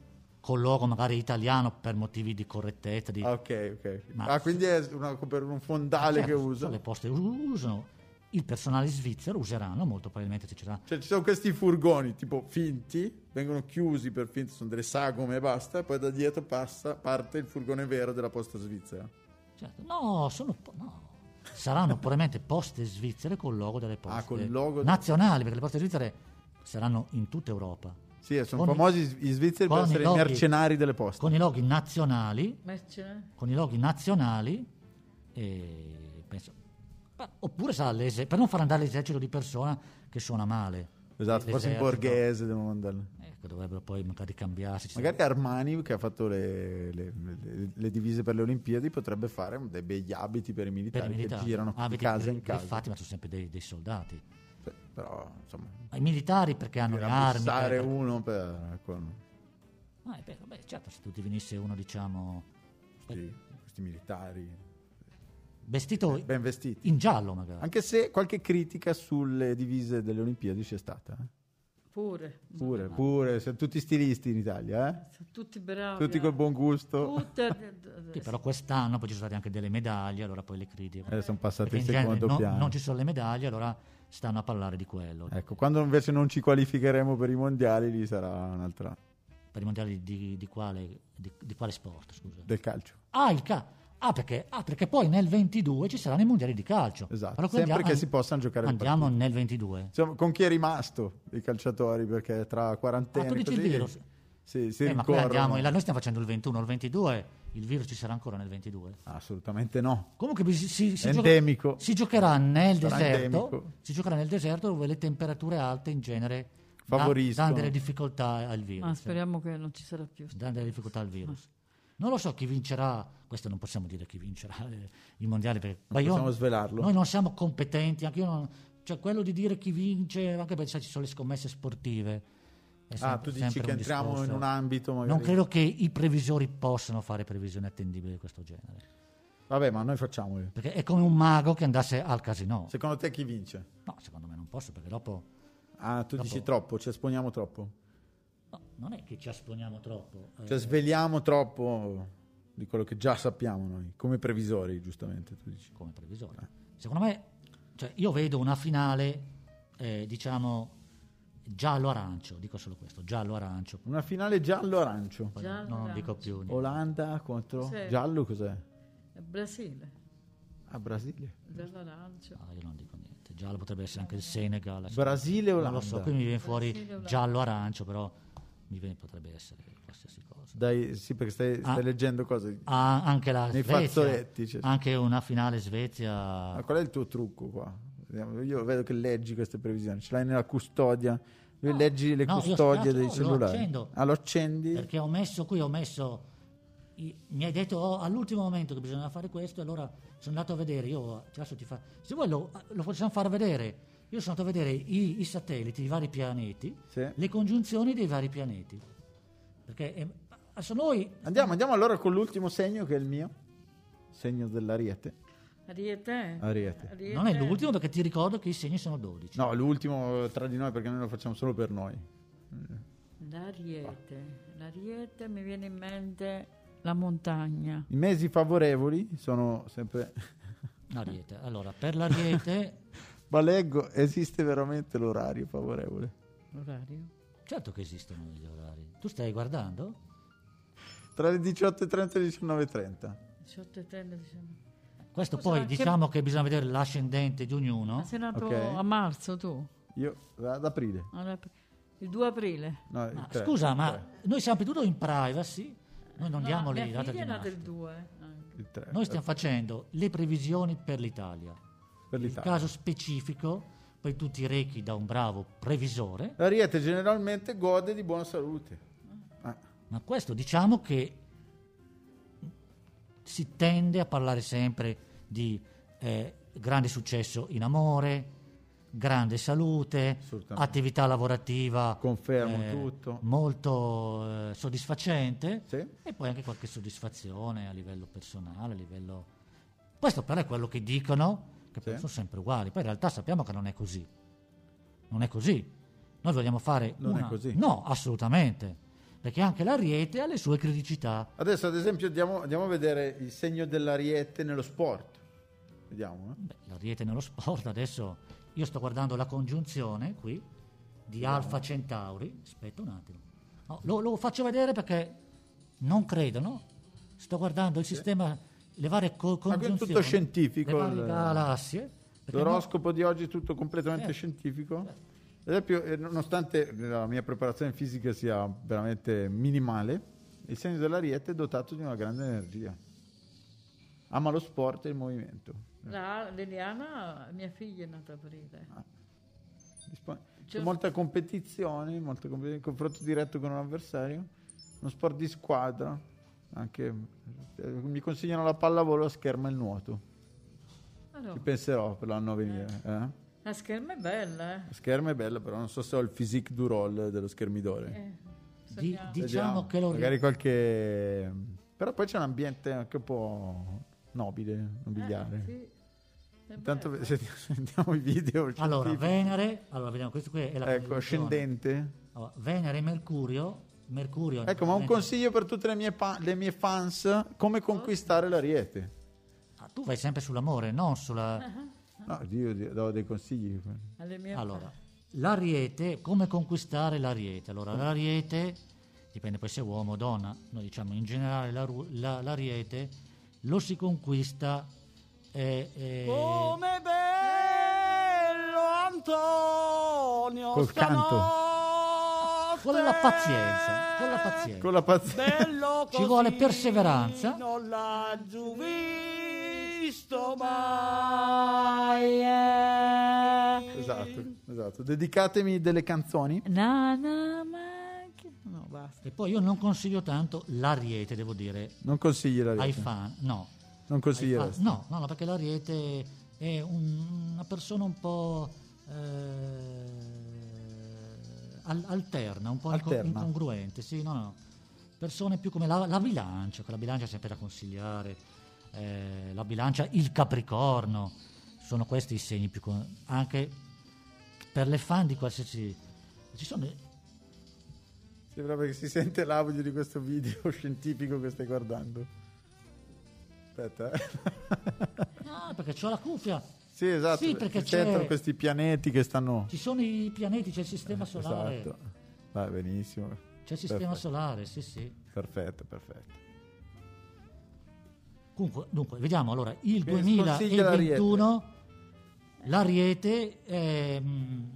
col logo magari italiano per motivi di correttezza, di
Ah, ok, ok.
Ma-
ah, quindi è una- per un fondale
Certo,
che usa.
Le poste us- usano, il personale svizzero useranno, molto probabilmente se ci sarà.
Cioè, ci sono questi furgoni tipo finti, vengono chiusi per finti, sono delle sagome e basta, e poi da dietro passa, parte il furgone vero della posta svizzera.
certo, no, sono po- no. saranno probabilmente poste svizzere col logo delle poste
Ah, col logo de-
nazionali, perché le poste svizzere saranno in tutta Europa.
Sì, e sono
Con i-
famosi i sv- i svizzeri per
con i
essere i
loghi-
mercenari delle poste.
Con i loghi nazionali,
Merce-
con i loghi nazionali, eh, penso- ma- oppure sarà l'ese- per non far andare l'esercito di persona che suona male.
Esatto, forse in
L'esercito.
borghese devono mandarlo.
Ecco, dovrebbero poi magari cambiarsi. ci
Magari Armani, che ha fatto le, le- le- le divise per le Olimpiadi, potrebbe fare dei begli abiti per i
per
militari,
i militari.
che girano
Ah,
di
vedi,
casa
per-
in casa.
Infatti, ma sono sempre dei, dei soldati.
Cioè, Però, insomma,
Ma I militari perché hanno le armi.
bussare
per-
uno per... Con,
Ah, è vero, beh, certo, se tu divenisse uno, diciamo,
sì, questi militari
Vestito
ben vestiti.
in giallo magari.
Anche se qualche critica sulle divise delle Olimpiadi c'è stata. eh.
Pure.
Pure, pure, siamo tutti stilisti in Italia, eh?
Sono Tutti bravi.
Tutti
eh.
col buon gusto.
Tutte-
Sì, però quest'anno poi ci sono state anche delle medaglie, allora poi le critiche.
Eh, sono passati
Perché
in
in genere
secondo
non-
piano.
non ci sono le medaglie, allora stanno a parlare di quello.
Ecco, quando invece non ci qualificheremo per i mondiali, lì sarà un'altra
Per i mondiali di, di quale, di- di quale sport, scusa?
del calcio.
Ah, il ca- ah, perché, ah, perché poi nel 22 ci saranno i mondiali di calcio.
Esatto,
Allora,
sempre
andiamo-
che si possano giocare le
Andiamo
partite.
nel 22.
Insomma, con chi è rimasto i calciatori? Perché tra quarantena
Ah, tu
e
dici il
così,
virus?
Sì, si
Eh, ma poi andiamo,
rincorrono.
in là, noi stiamo facendo il 21, il 22, il virus ci sarà ancora nel 22.
Assolutamente no.
Comunque si, si- si
È
gioca-
endemico.
si giocherà nel
Sarà
deserto.
endemico.
Si giocherà nel deserto dove le temperature alte in genere da-
Favoriscono.
danno delle difficoltà al virus.
Ma speriamo che non ci sarà più.
Danno delle difficoltà al virus. Non lo so chi vincerà, questo non possiamo dire chi vincerà eh, il mondiale perché ma io-
possiamo svelarlo.
Noi non siamo competenti, anche io non- cioè quello di dire chi vince, anche perché sai, ci sono le scommesse sportive. è
Ah,
sempre-
tu dici
sempre
che
un
entriamo
discorso.
in un ambito magari...
Non credo che i previsori possano fare previsioni attendibili di questo genere.
Vabbè, ma noi facciamo.
Perché è come un mago che andasse al casino.
Secondo te chi vince?
No, secondo me non posso, perché dopo
Ah, tu
Dopo.
dici troppo, ci esponiamo troppo.
no, non è che ci esponiamo troppo. eh,
Cioè, sveliamo troppo di quello che già sappiamo noi, come previsori, giustamente, tu dici.
come previsore. Secondo me, cioè, io vedo una finale, eh, diciamo, giallo-arancio, dico solo questo, giallo-arancio.
Una finale giallo-arancio.
Poi
Giallo-arancio.
non dico più niente.
Olanda contro...
Sì.
Giallo cos'è?
Brasile,
Ah, Brasile.
dell'arancio.
Ah, io non dico niente. Giallo potrebbe essere anche il Senegal. la-
Brasile o
Non lo so, qui
Olanda?
mi viene fuori
Brasile-Olanda.
giallo-arancio, però mi viene- potrebbe essere qualsiasi cosa.
Dai, sì, perché stai, stai
Ah.
leggendo cose.
Ah, anche la
Nei
Svezia,
fazzoletti, Ah, cioè.
anche una finale Svezia.
Ma qual è il tuo trucco qua? Vediamo, Io vedo che leggi queste previsioni, ce l'hai nella custodia. Lui leggi le
no, io
custodie
spiace,
dei
no, lo
cellulari.
accendo.
Ah, lo accendi?
Perché ho messo qui, ho messo. i- mi hai detto oh, all'ultimo momento che bisognava fare questo, e allora sono andato a vedere. Io adesso ti fa. Se vuoi lo, lo possiamo far vedere. Io sono andato a vedere i, i satelliti, i vari pianeti,
Sì.
le congiunzioni dei vari pianeti. Perché eh, adesso noi.
Andiamo, andiamo allora con l'ultimo segno che è il mio. Segno dell'ariete.
Ariete?
Ariete.
Non è l'ultimo perché ti ricordo che i segni sono 12.
No, l'ultimo tra di noi perché noi lo facciamo solo per noi.
L'ariete. L'ariete mi viene in mente la montagna.
I mesi favorevoli sono sempre...
L'ariete. Allora, per l'ariete,
Ma leggo, esiste veramente l'orario favorevole?
L'orario?
certo che esistono gli orari. Tu stai guardando?
Tra le 18.30 e le 19.30.
18 e 30 diciamo.
Questo
Scusa,
poi
che-
diciamo che bisogna vedere l'ascendente di
Ma
ognuno.
sei nato
Ok.
a marzo tu?
Io ad aprile.
Allora, Il 2 aprile.
No, il
Ma
tre,
scusa,
il
ma
tre,
noi siamo più tutto in privacy, noi non
No,
diamo le
mia
date di
figlia è nata il
nascita.
2. anche.
il tre.
Noi stiamo facendo le previsioni per l'Italia.
per
Il
l'Italia.
caso specifico, poi tu ti rechi da un bravo previsore,
L'ariete generalmente gode di buona salute. Ah,
ma questo diciamo che si tende a parlare sempre di eh, grande successo in amore, grande salute,
Assolutamente.
attività lavorativa
Confermo
eh,
tutto.
molto eh, soddisfacente
Sì.
e poi anche qualche soddisfazione a livello personale, a livello... Questo però è quello che dicono, che
Sì.
sono sempre uguali, poi in realtà sappiamo che non è così. Non è così. Noi vogliamo fare...
Non è
una-
così.
No, assolutamente. Perché anche l'ariete ha le sue criticità.
Adesso, ad esempio, andiamo, andiamo a vedere il segno dell'ariete nello sport. Vediamo. eh.
Beh, l'ariete nello sport, adesso io sto guardando la congiunzione qui di Alfa Centauri. Aspetta un attimo. No, lo, lo faccio vedere perché non credono. Sto guardando il sistema, le varie co-
Ma qui è
congiunzioni.
tutto scientifico,
Le varie
il-
galassie. perché
L'oroscopo di oggi è tutto completamente
Eh.
scientifico. Ad esempio, eh, nonostante la mia preparazione fisica sia veramente minimale, il segno dell'ariete è dotato di una grande energia. Ama lo sport e il movimento.
La- Liliana, mia figlia è nata a aprile.
Dispo- C'è
Cioè-
molta competizione, molta competizione, confronto diretto con un avversario, uno sport di squadra, anche, eh, mi consigliano la pallavolo, la scherma e il nuoto.
Allora,
Ci penserò per l'anno a venire. eh.
la scherma è bella, eh.
La scherma è bella, però non so se ho il physique du roll dello schermidore.
Eh,
di-
sogniamo.
diciamo
Vediamo.
che lo
Magari qualche... Però poi c'è un ambiente anche un po' nobile, nobiliare.
Eh, Sì. È
Intanto
bello.
ve- sentiamo, sentiamo i video.
Allora,
scientifici.
Venere, allora vediamo, questo qui è la
ecco,
congiunzione.
scendente.
Allora, Venere e Mercurio, Mercurio
Ecco, ma un
Venere-
consiglio per tutte le mie, pa- le mie fans, come conquistare l'ariete?
Ah, tu vai sempre sull'amore, non sulla...
No, io di- do dei consigli.
Eh.
Alle mie
Allora, l'ariete, come conquistare l'ariete? Allora, l'ariete, dipende poi se è uomo o donna, noi diciamo in generale la ru- la- l'ariete lo si conquista... eh, eh,
Come bello Antonio
Col canto.
stanotte.
Con la pazienza, con la pazienza.
Con la pazienza.
Bello
Ci vuole
così,
perseveranza.
Non l'ha giù visto mai. eh.
Esatto, esatto. Dedicatemi delle canzoni.
Nana, ma che- No, basta.
E poi io non consiglio tanto l'ariete, devo dire,
Non consigli
ai
l'ariete.
fan, no.
Non consigli
Ah,
l'ariete.
no, no, no, perché l'Ariete è un- una persona un po' eh, al- alterna, un po' inco-
Alterna.
incongruente, sì, no, no. Persone più come la, la bilancia, che la bilancia è sempre da consigliare, eh, la bilancia, il capricorno, sono questi i segni più... con- anche per le fan di qualsiasi... Ci sono...
Sembra che si sente l'audio di questo video scientifico che stai guardando. Aspetta. eh.
Ah, perché c'ho la cuffia!
sì, esatto.
Sì, perché
si sentono
c'è-
questi pianeti che stanno...
Ci eh. sono i pianeti, c'è il sistema solare.
Esatto. Vai, benissimo.
C'è il sistema
Perfetto.
solare, sì, sì.
Perfetto, perfetto.
Comunque, dunque, vediamo allora il
Quindi sconsiglia
2021 l'ariete ehm,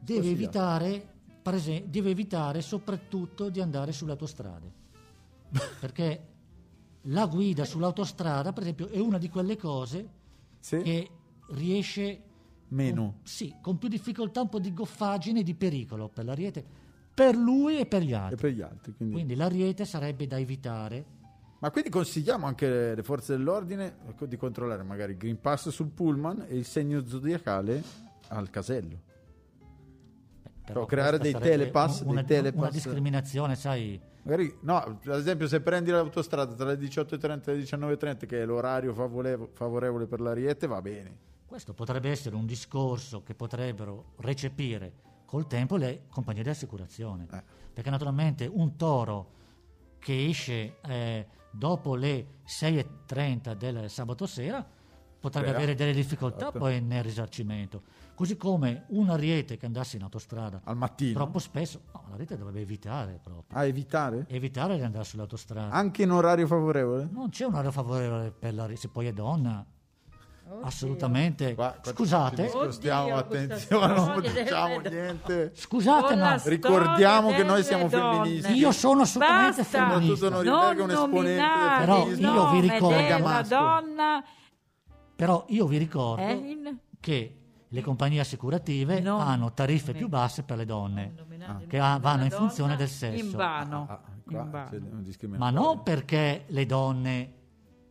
deve
Sconsigliato.
evitare per ese- deve evitare soprattutto di andare sulle autostrade perché la guida sull'autostrada per esempio è una di quelle cose
Sì?
che riesce
Meno.
con, sì, con più difficoltà un po' di goffaggine e di pericolo per l'ariete per lui e per gli altri
E per gli altri, quindi...
quindi l'ariete sarebbe da evitare
Ma quindi consigliamo anche le, le forze dell'ordine ecco, di controllare magari il Green Pass sul pullman e il segno zodiacale al casello.
Però
creare
questa
dei
sarebbe
telepass,
un- una,
dei telepass.
una discriminazione, sai?
Magari, no, ad esempio se prendi l'autostrada tra le 18.30 e le 19.30, che è l'orario favolevo- favorevole per l'ariete, va bene.
Questo potrebbe essere un discorso che potrebbero recepire col tempo le compagnie di assicurazione.
Eh.
Perché naturalmente un toro che esce eh, dopo le 6.30 del sabato sera potrebbe
Spera.
avere delle difficoltà
Esatto.
poi nel risarcimento. Così come un ariete che andasse in autostrada
Al mattino.
troppo Eh. spesso, no, l'ariete dovrebbe evitare proprio.
A evitare?
Evitare di andare sull'autostrada.
Anche in orario favorevole?
Non c'è un orario favorevole per la se poi è donna.
Oddio.
Assolutamente.
Qua- qua
scusate,
ci Spostiamo
Oddio, questa
attenzione, non
storia delle
diciamo
donne.
niente.
scusate,
Con
ma
la storia
Ricordiamo che noi
delle
siamo femministi.
Io sono assolutamente
Basta.
femminista.
Soprattutto noi-
Non
Norimberga è un esponente del
nominare
Però io
il
vi
nome
ricordo-
della
Bergamasco.
donna
però io vi ricordo
eh, in-
che le compagnie assicurative
No.
hanno tariffe più basse per le donne,
nominare il
Eh, ah, che
nome
ha- vanno in
della
funzione
donna
del sesso.
In vano.
Ah,
In
qua
vano.
c'è un
Ma
discriminatore.
non perché le donne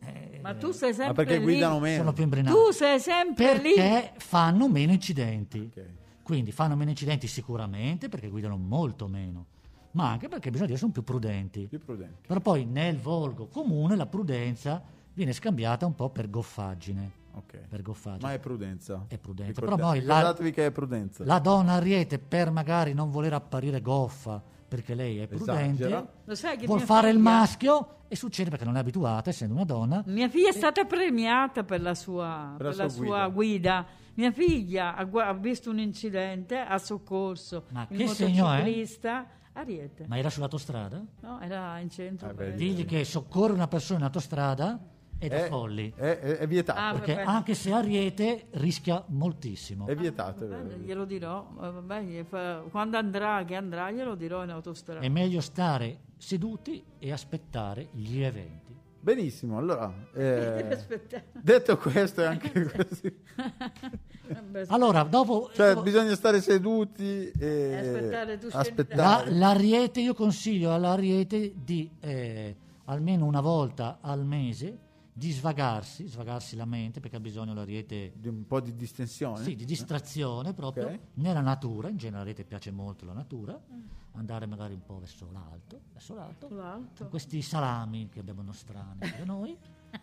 eh,
Ma tu sei sempre
Ma perché
lì.
guidano meno.
sono più imbrinate.
Tu sei sempre lì.
perché fanno meno incidenti.
Ok.
Quindi fanno meno incidenti sicuramente perché guidano molto meno, ma anche perché bisogna dire sono più prudenti.
Più prudenti.
Però poi nel volgo comune la prudenza viene scambiata un po' per goffaggine.
Ok.
Per goffaggine.
Ma è prudenza.
È prudenza,
Ricordate-
però noi la-
Ricordatevi che è prudenza.
La donna ariete per magari non voler apparire goffa perché lei è prudente,
Esagera.
Lo sai che
vuol
mia
fare il
figlia-
maschio e succede perché non è abituata, essendo una donna,
Mia figlia è stata premiata per la sua,
Per la
per la
sua
sua guida. Mia figlia ha, gua- ha visto un incidente, ha soccorso
Ma
il
che segno è?
motociclista Ariete.
ma era sull'autostrada.
No, era in centro.
Eh, beh,
Digli che soccorre una persona in autostrada è da
È-
folli.
È, è- è vietato.
Ah,
Perché
vabbè.
anche se ariete rischia moltissimo.
è vietato. è
Vabbè,
vero.
glielo dirò, eh, vabbè, gli fa- quando andrà, che andrà, glielo dirò in autostrada.
È meglio stare seduti e aspettare gli eventi.
Benissimo, allora... eh,
Deve aspettare.
detto questo è anche così.
Vabbè,
Allora, dopo
Cioè,
dopo-
bisogna stare seduti e...
aspettare tu
la-
aspettare.
l'ariete, io consiglio all'ariete di eh, almeno una volta al mese di svagarsi, svagarsi la mente perché ha bisogno l'ariete
Di un po' di distensione. Eh?
sì, di distrazione proprio
Ok.
nella natura, in genere l'ariete piace molto la natura, andare magari un po' verso l'alto, Mm. verso l'alto,
L'alto.
questi salami che abbiamo nostrani da noi,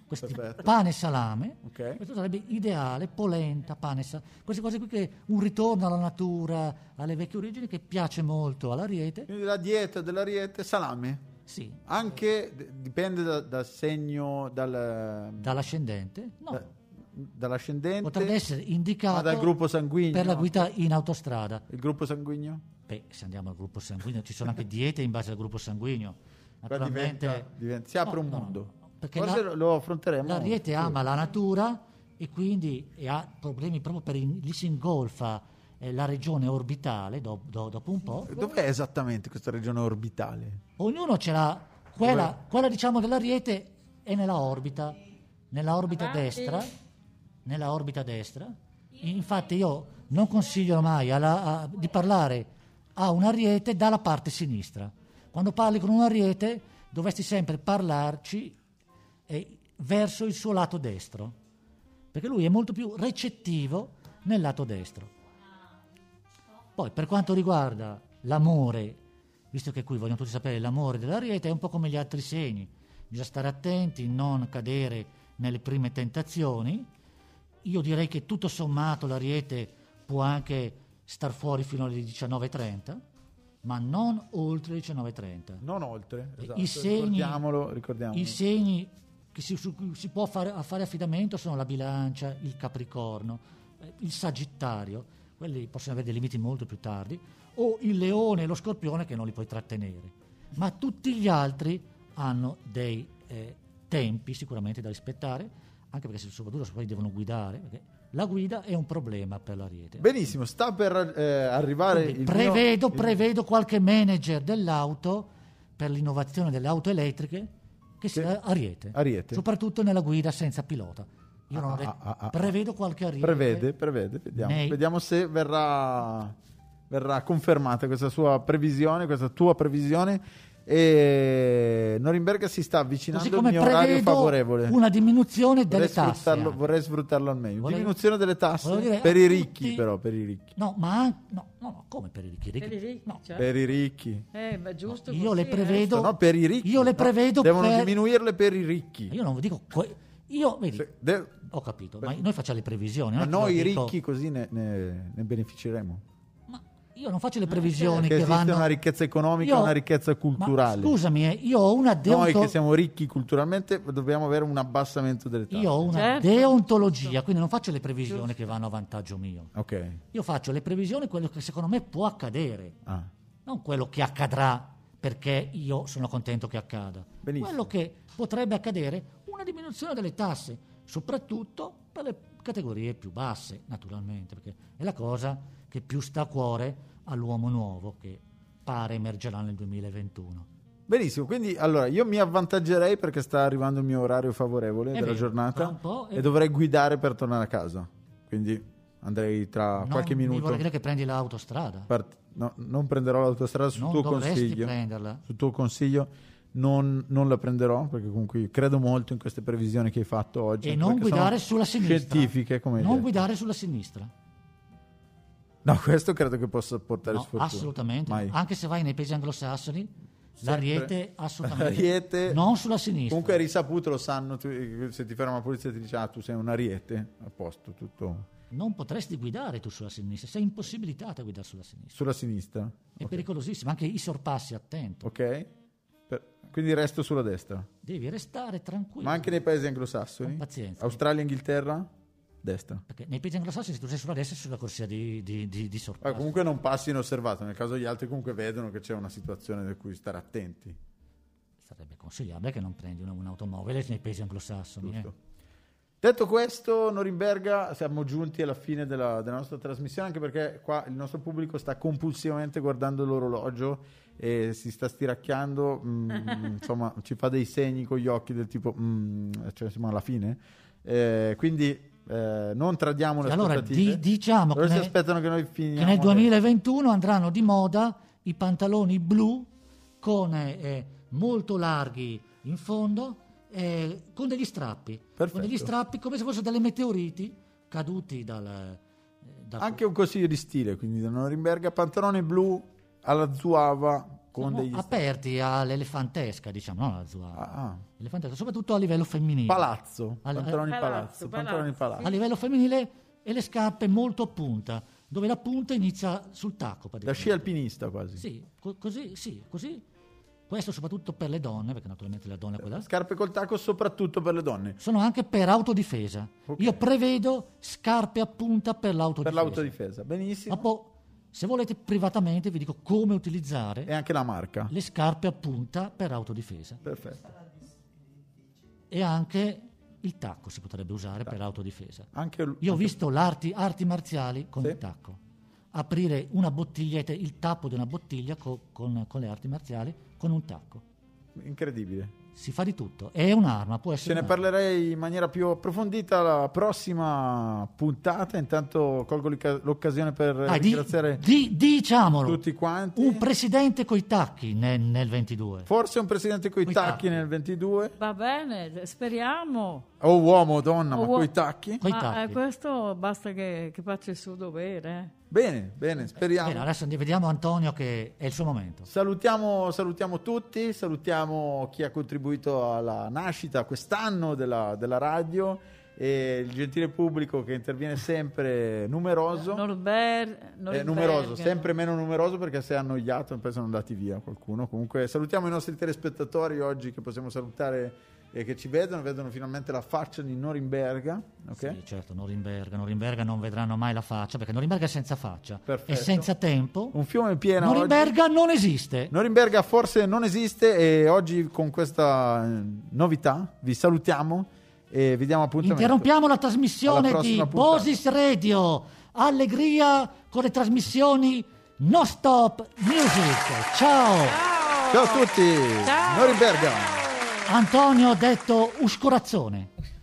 questi
Perfetto.
pane e salame,
Ok.
questo sarebbe ideale, polenta, pane e salame, queste cose qui che un ritorno alla natura, alle vecchie origini che piace molto all'ariete,
Quindi la dieta dell'ariete, salame.
sì,
Anche d- dipende da- dal segno, dal,
dall'ascendente, no,
da- dall'ascendente.
potrebbe essere
ma
indicato
Eh, Ah, dal gruppo sanguigno.
per la guida in autostrada.
Il gruppo sanguigno?
Beh, se andiamo al gruppo sanguigno, ci sono anche diete in base al gruppo sanguigno.
Qua
Naturalmente,
diventa- diventa- si apre
No,
un
no, no,
mondo.
no, perché
Forse
la-
lo affronteremo.
l'ariete
in futuro.
ama la natura e quindi e ha problemi proprio per in- gli si ingolfa eh, la regione orbitale do- do- dopo un po'.
Dov'è esattamente questa regione orbitale?
Ognuno ce l'ha, quella, quella diciamo dell'ariete è nella orbita, nella orbita
Avanti.
destra, nella orbita destra. Infatti io non consiglio mai alla- a- di parlare a un ariete dalla parte sinistra. Quando parli con un ariete dovresti sempre parlarci eh, verso il suo lato destro, perché lui è molto più recettivo nel lato destro. Poi per quanto riguarda l'amore, visto che qui vogliono tutti sapere l'amore dell'ariete è un po' come gli altri segni, bisogna stare attenti, non cadere nelle prime tentazioni. Io direi che tutto sommato l'ariete può anche star fuori fino alle 19.30, ma non oltre le 19.30.
Non oltre. Esatto.
I segni,
ricordiamolo, ricordiamolo.
i segni che si, su cui si può fare, a fare affidamento sono la bilancia, il capricorno, eh, il sagittario, quelli possono avere dei limiti molto più tardi, o il leone e lo scorpione che non li puoi trattenere. Ma tutti gli altri hanno dei eh, tempi sicuramente da rispettare, anche perché se- soprattutto se poi devono guidare, perché la guida è un problema per l'ariete.
Benissimo, sta per eh, arrivare
Quindi
il
prevedo,
mio- il-
prevedo qualche manager dell'auto per l'innovazione delle auto elettriche che sia Ariete.
Ariete.
Soprattutto nella guida senza pilota. Io non ho
Ah,
detto-
ah, ah, ah.
prevedo qualche Ariete.
Prevede, prevede, vediamo,
Nei-
vediamo se verrà, verrà confermata questa sua previsione, questa tua previsione. E Norimberga si sta avvicinando
Così
al
come
mio orario
prevedo
favorevole.
una diminuzione delle
vorrei,
tasse.
sfruttarlo,
anche.
vorrei sfruttarlo al meglio.
Volevo-
Diminuzione delle tasse
volevo dire
per
a
i ricchi,
tutti-
però. Per i ricchi,
No, ma an- no, no, no, come per i ricchi? I ricchi-
Per i ricchi,
no.
cioè.
per i ricchi,
Eh, ma giusto
Io
così, eh.
le prevedo-
No, per i ricchi.
Io le
no?
prevedo
Devono
per-
diminuirle per i ricchi.
Io non dico... que- io, vedi,
Se- de-
ho capito, ma noi facciamo le previsioni.
Ma
non è che
noi
io Ah, dico-
ricchi così ne, ne- ne beneficeremo.
Ma io non
Eh,
faccio le previsioni
Perché
che
esiste
vanno...
una ricchezza economica e una ricchezza
ma
culturale.
scusami, eh, io ho una
Noi
deonto-
che siamo ricchi culturalmente dobbiamo avere un abbassamento delle tasse.
io ho una
Certo.
deontologia, quindi non faccio le previsioni che vanno a vantaggio mio.
Ok.
Io faccio le previsioni quello che secondo me può accadere,
Ah.
non quello che accadrà perché io sono contento che accada.
Benissimo.
Quello che potrebbe accadere, una diminuzione delle tasse, soprattutto per le categorie più basse, naturalmente, perché è la cosa che più sta a cuore all'uomo nuovo che pare emergerà nel 2021.
Benissimo, quindi allora io mi avvantaggerei perché sta arrivando il mio orario favorevole
È
della
vero, Eh tra
giornata
un po' è-
e dovrei guidare per tornare a casa. Quindi andrei tra
Non
Ah, qualche
Mi
minuto.
vuole dire che prendi l'autostrada.
Part- no, non prenderò l'autostrada su
non
tuo
dovresti
consiglio.
prenderla.
Su tuo consiglio non, non la prenderò perché comunque io credo molto in queste previsioni che hai fatto oggi.
E
anche
non
Cioè, perché
guidare
sono
sulla sinistra.
Scientifiche come hai
Non
detto.
guidare sulla sinistra.
No, questo credo che possa portare
No,
sfortuna.
assolutamente.
Mai.
Anche se vai nei paesi anglosassoni, l'ariete assolutamente.
L'ariete-
Non sulla sinistra.
Comunque è risaputo, lo sanno, tu- se ti ferma la polizia ti dice ah tu sei un ariete, a posto, tutto
Non potresti guidare tu sulla sinistra. Sei impossibilitata a guidare sulla sinistra.
sulla sinistra,
È pericolosissimo. Anche i sorpassi, attento.
ok? Per- quindi resto sulla destra,
Devi restare tranquillo.
ma anche nei paesi anglosassoni,
Con pazienza.
Australia, Inghilterra, destra.
Perché nei paesi anglosassoni, se tu sei sulla destra, sei sulla corsia di, di, di- di
Ah,
sorpassi.
comunque non passi inosservato, nel caso gli altri comunque vedono che c'è una situazione da cui stare attenti.
Sarebbe consigliabile che non prendi una- un'automobile nei paesi anglosassoni. eh.
Giusto. Detto questo, Norimberga, siamo giunti alla fine della, della nostra trasmissione, anche perché qua il nostro pubblico sta compulsivamente guardando l'orologio e si sta stiracchiando, mm, insomma, ci fa dei segni con gli occhi del tipo, mm, cioè siamo alla fine. Eh, quindi eh, non tradiamo le
E allora
aspettative.
di- diciamo
Loro
che
si
nel-
aspettano che noi finiamo.
che nel
le-
2021 andranno di moda i pantaloni blu con eh, eh, molto larghi in fondo eh, con degli strappi.
Perfetto.
Con degli strappi come se fossero delle meteoriti caduti dal... eh, da-
Anche un consiglio di stile, quindi da Norimberga, pantalone blu alla zuava con
diciamo,
degli...
aperti all'elefantesca, diciamo, no? alla zua-
Ah, ah.
elefantesca, soprattutto a livello femminile.
Palazzo,
Allora,
pantaloni palazzo,
Palazzo,
pantaloni
palazzo.
A
palazzo.
livello femminile e le scarpe molto a punta, dove la punta inizia sul tacco.
Da
praticamente.
sci alpinista quasi.
Sì, co- così, sì, così. Questo soprattutto per le donne, perché naturalmente la
Eh,
donna è quella...
Scarpe col tacco soprattutto per le donne.
Sono anche per autodifesa.
Ok.
Io prevedo scarpe a punta per
Per
l'autodifesa.
l'autodifesa, benissimo.
Ma poi, se volete privatamente, vi dico come utilizzare
E anche la marca.
le scarpe a punta per autodifesa.
Perfetto.
E anche il tacco si potrebbe usare per autodifesa.
Anche l-
Io ho
anche-
visto l'arti, arti marziali con
Sì.
il tacco. Aprire una bottiglietta, il tappo di una bottiglia co- con, con le arti marziali con un tacco.
Incredibile.
Si fa di tutto. È un'arma, può
Ce
essere.
ne
un'arma.
parlerei in maniera più approfondita alla prossima puntata. Intanto colgo l'ica- l'occasione per
Dai, di-
eh, ringraziare
di- diciamolo.
tutti quanti.
Un presidente coi tacchi nel, nel 22.
Forse un presidente coi
Coi
tacchi
tacchi.
nel 22.
Va bene, speriamo.
O uomo o donna,
Oh,
O
ma
uo-
coi tacchi.
Coi
Ma eh,
tacchi.
questo basta che, che faccia il suo dovere. eh.
Bene, bene, speriamo.
Bene, adesso vediamo Antonio che è il suo momento.
Salutiamo, salutiamo tutti, salutiamo chi ha contribuito alla nascita quest'anno della, della radio e il gentile pubblico che interviene sempre numeroso.
Norber-
Eh,
Norimberga.
numeroso, sempre meno numeroso perché se è annoiato penso sono andati via qualcuno. Comunque salutiamo i nostri telespettatori oggi che possiamo salutare e che ci vedono, vedono finalmente la faccia di Norimberga. ok?
Sì, certo, Norimberga. Norimberga non vedranno mai la faccia perché Norimberga è senza faccia.
Perfetto.
È senza tempo.
Un fiume pieno. oggi.
Norimberga non esiste.
Norimberga forse non esiste e oggi con questa eh, novità vi salutiamo e vi diamo appuntamento.
Interrompiamo la
Alla
trasmissione di
prossima puntata.
Bosis Radio. Allegria con le trasmissioni No Stop Music. Ciao.
Ciao a tutti.
Ciao.
Norimberga.
Ciao.
Antonio detto Uscorazzone.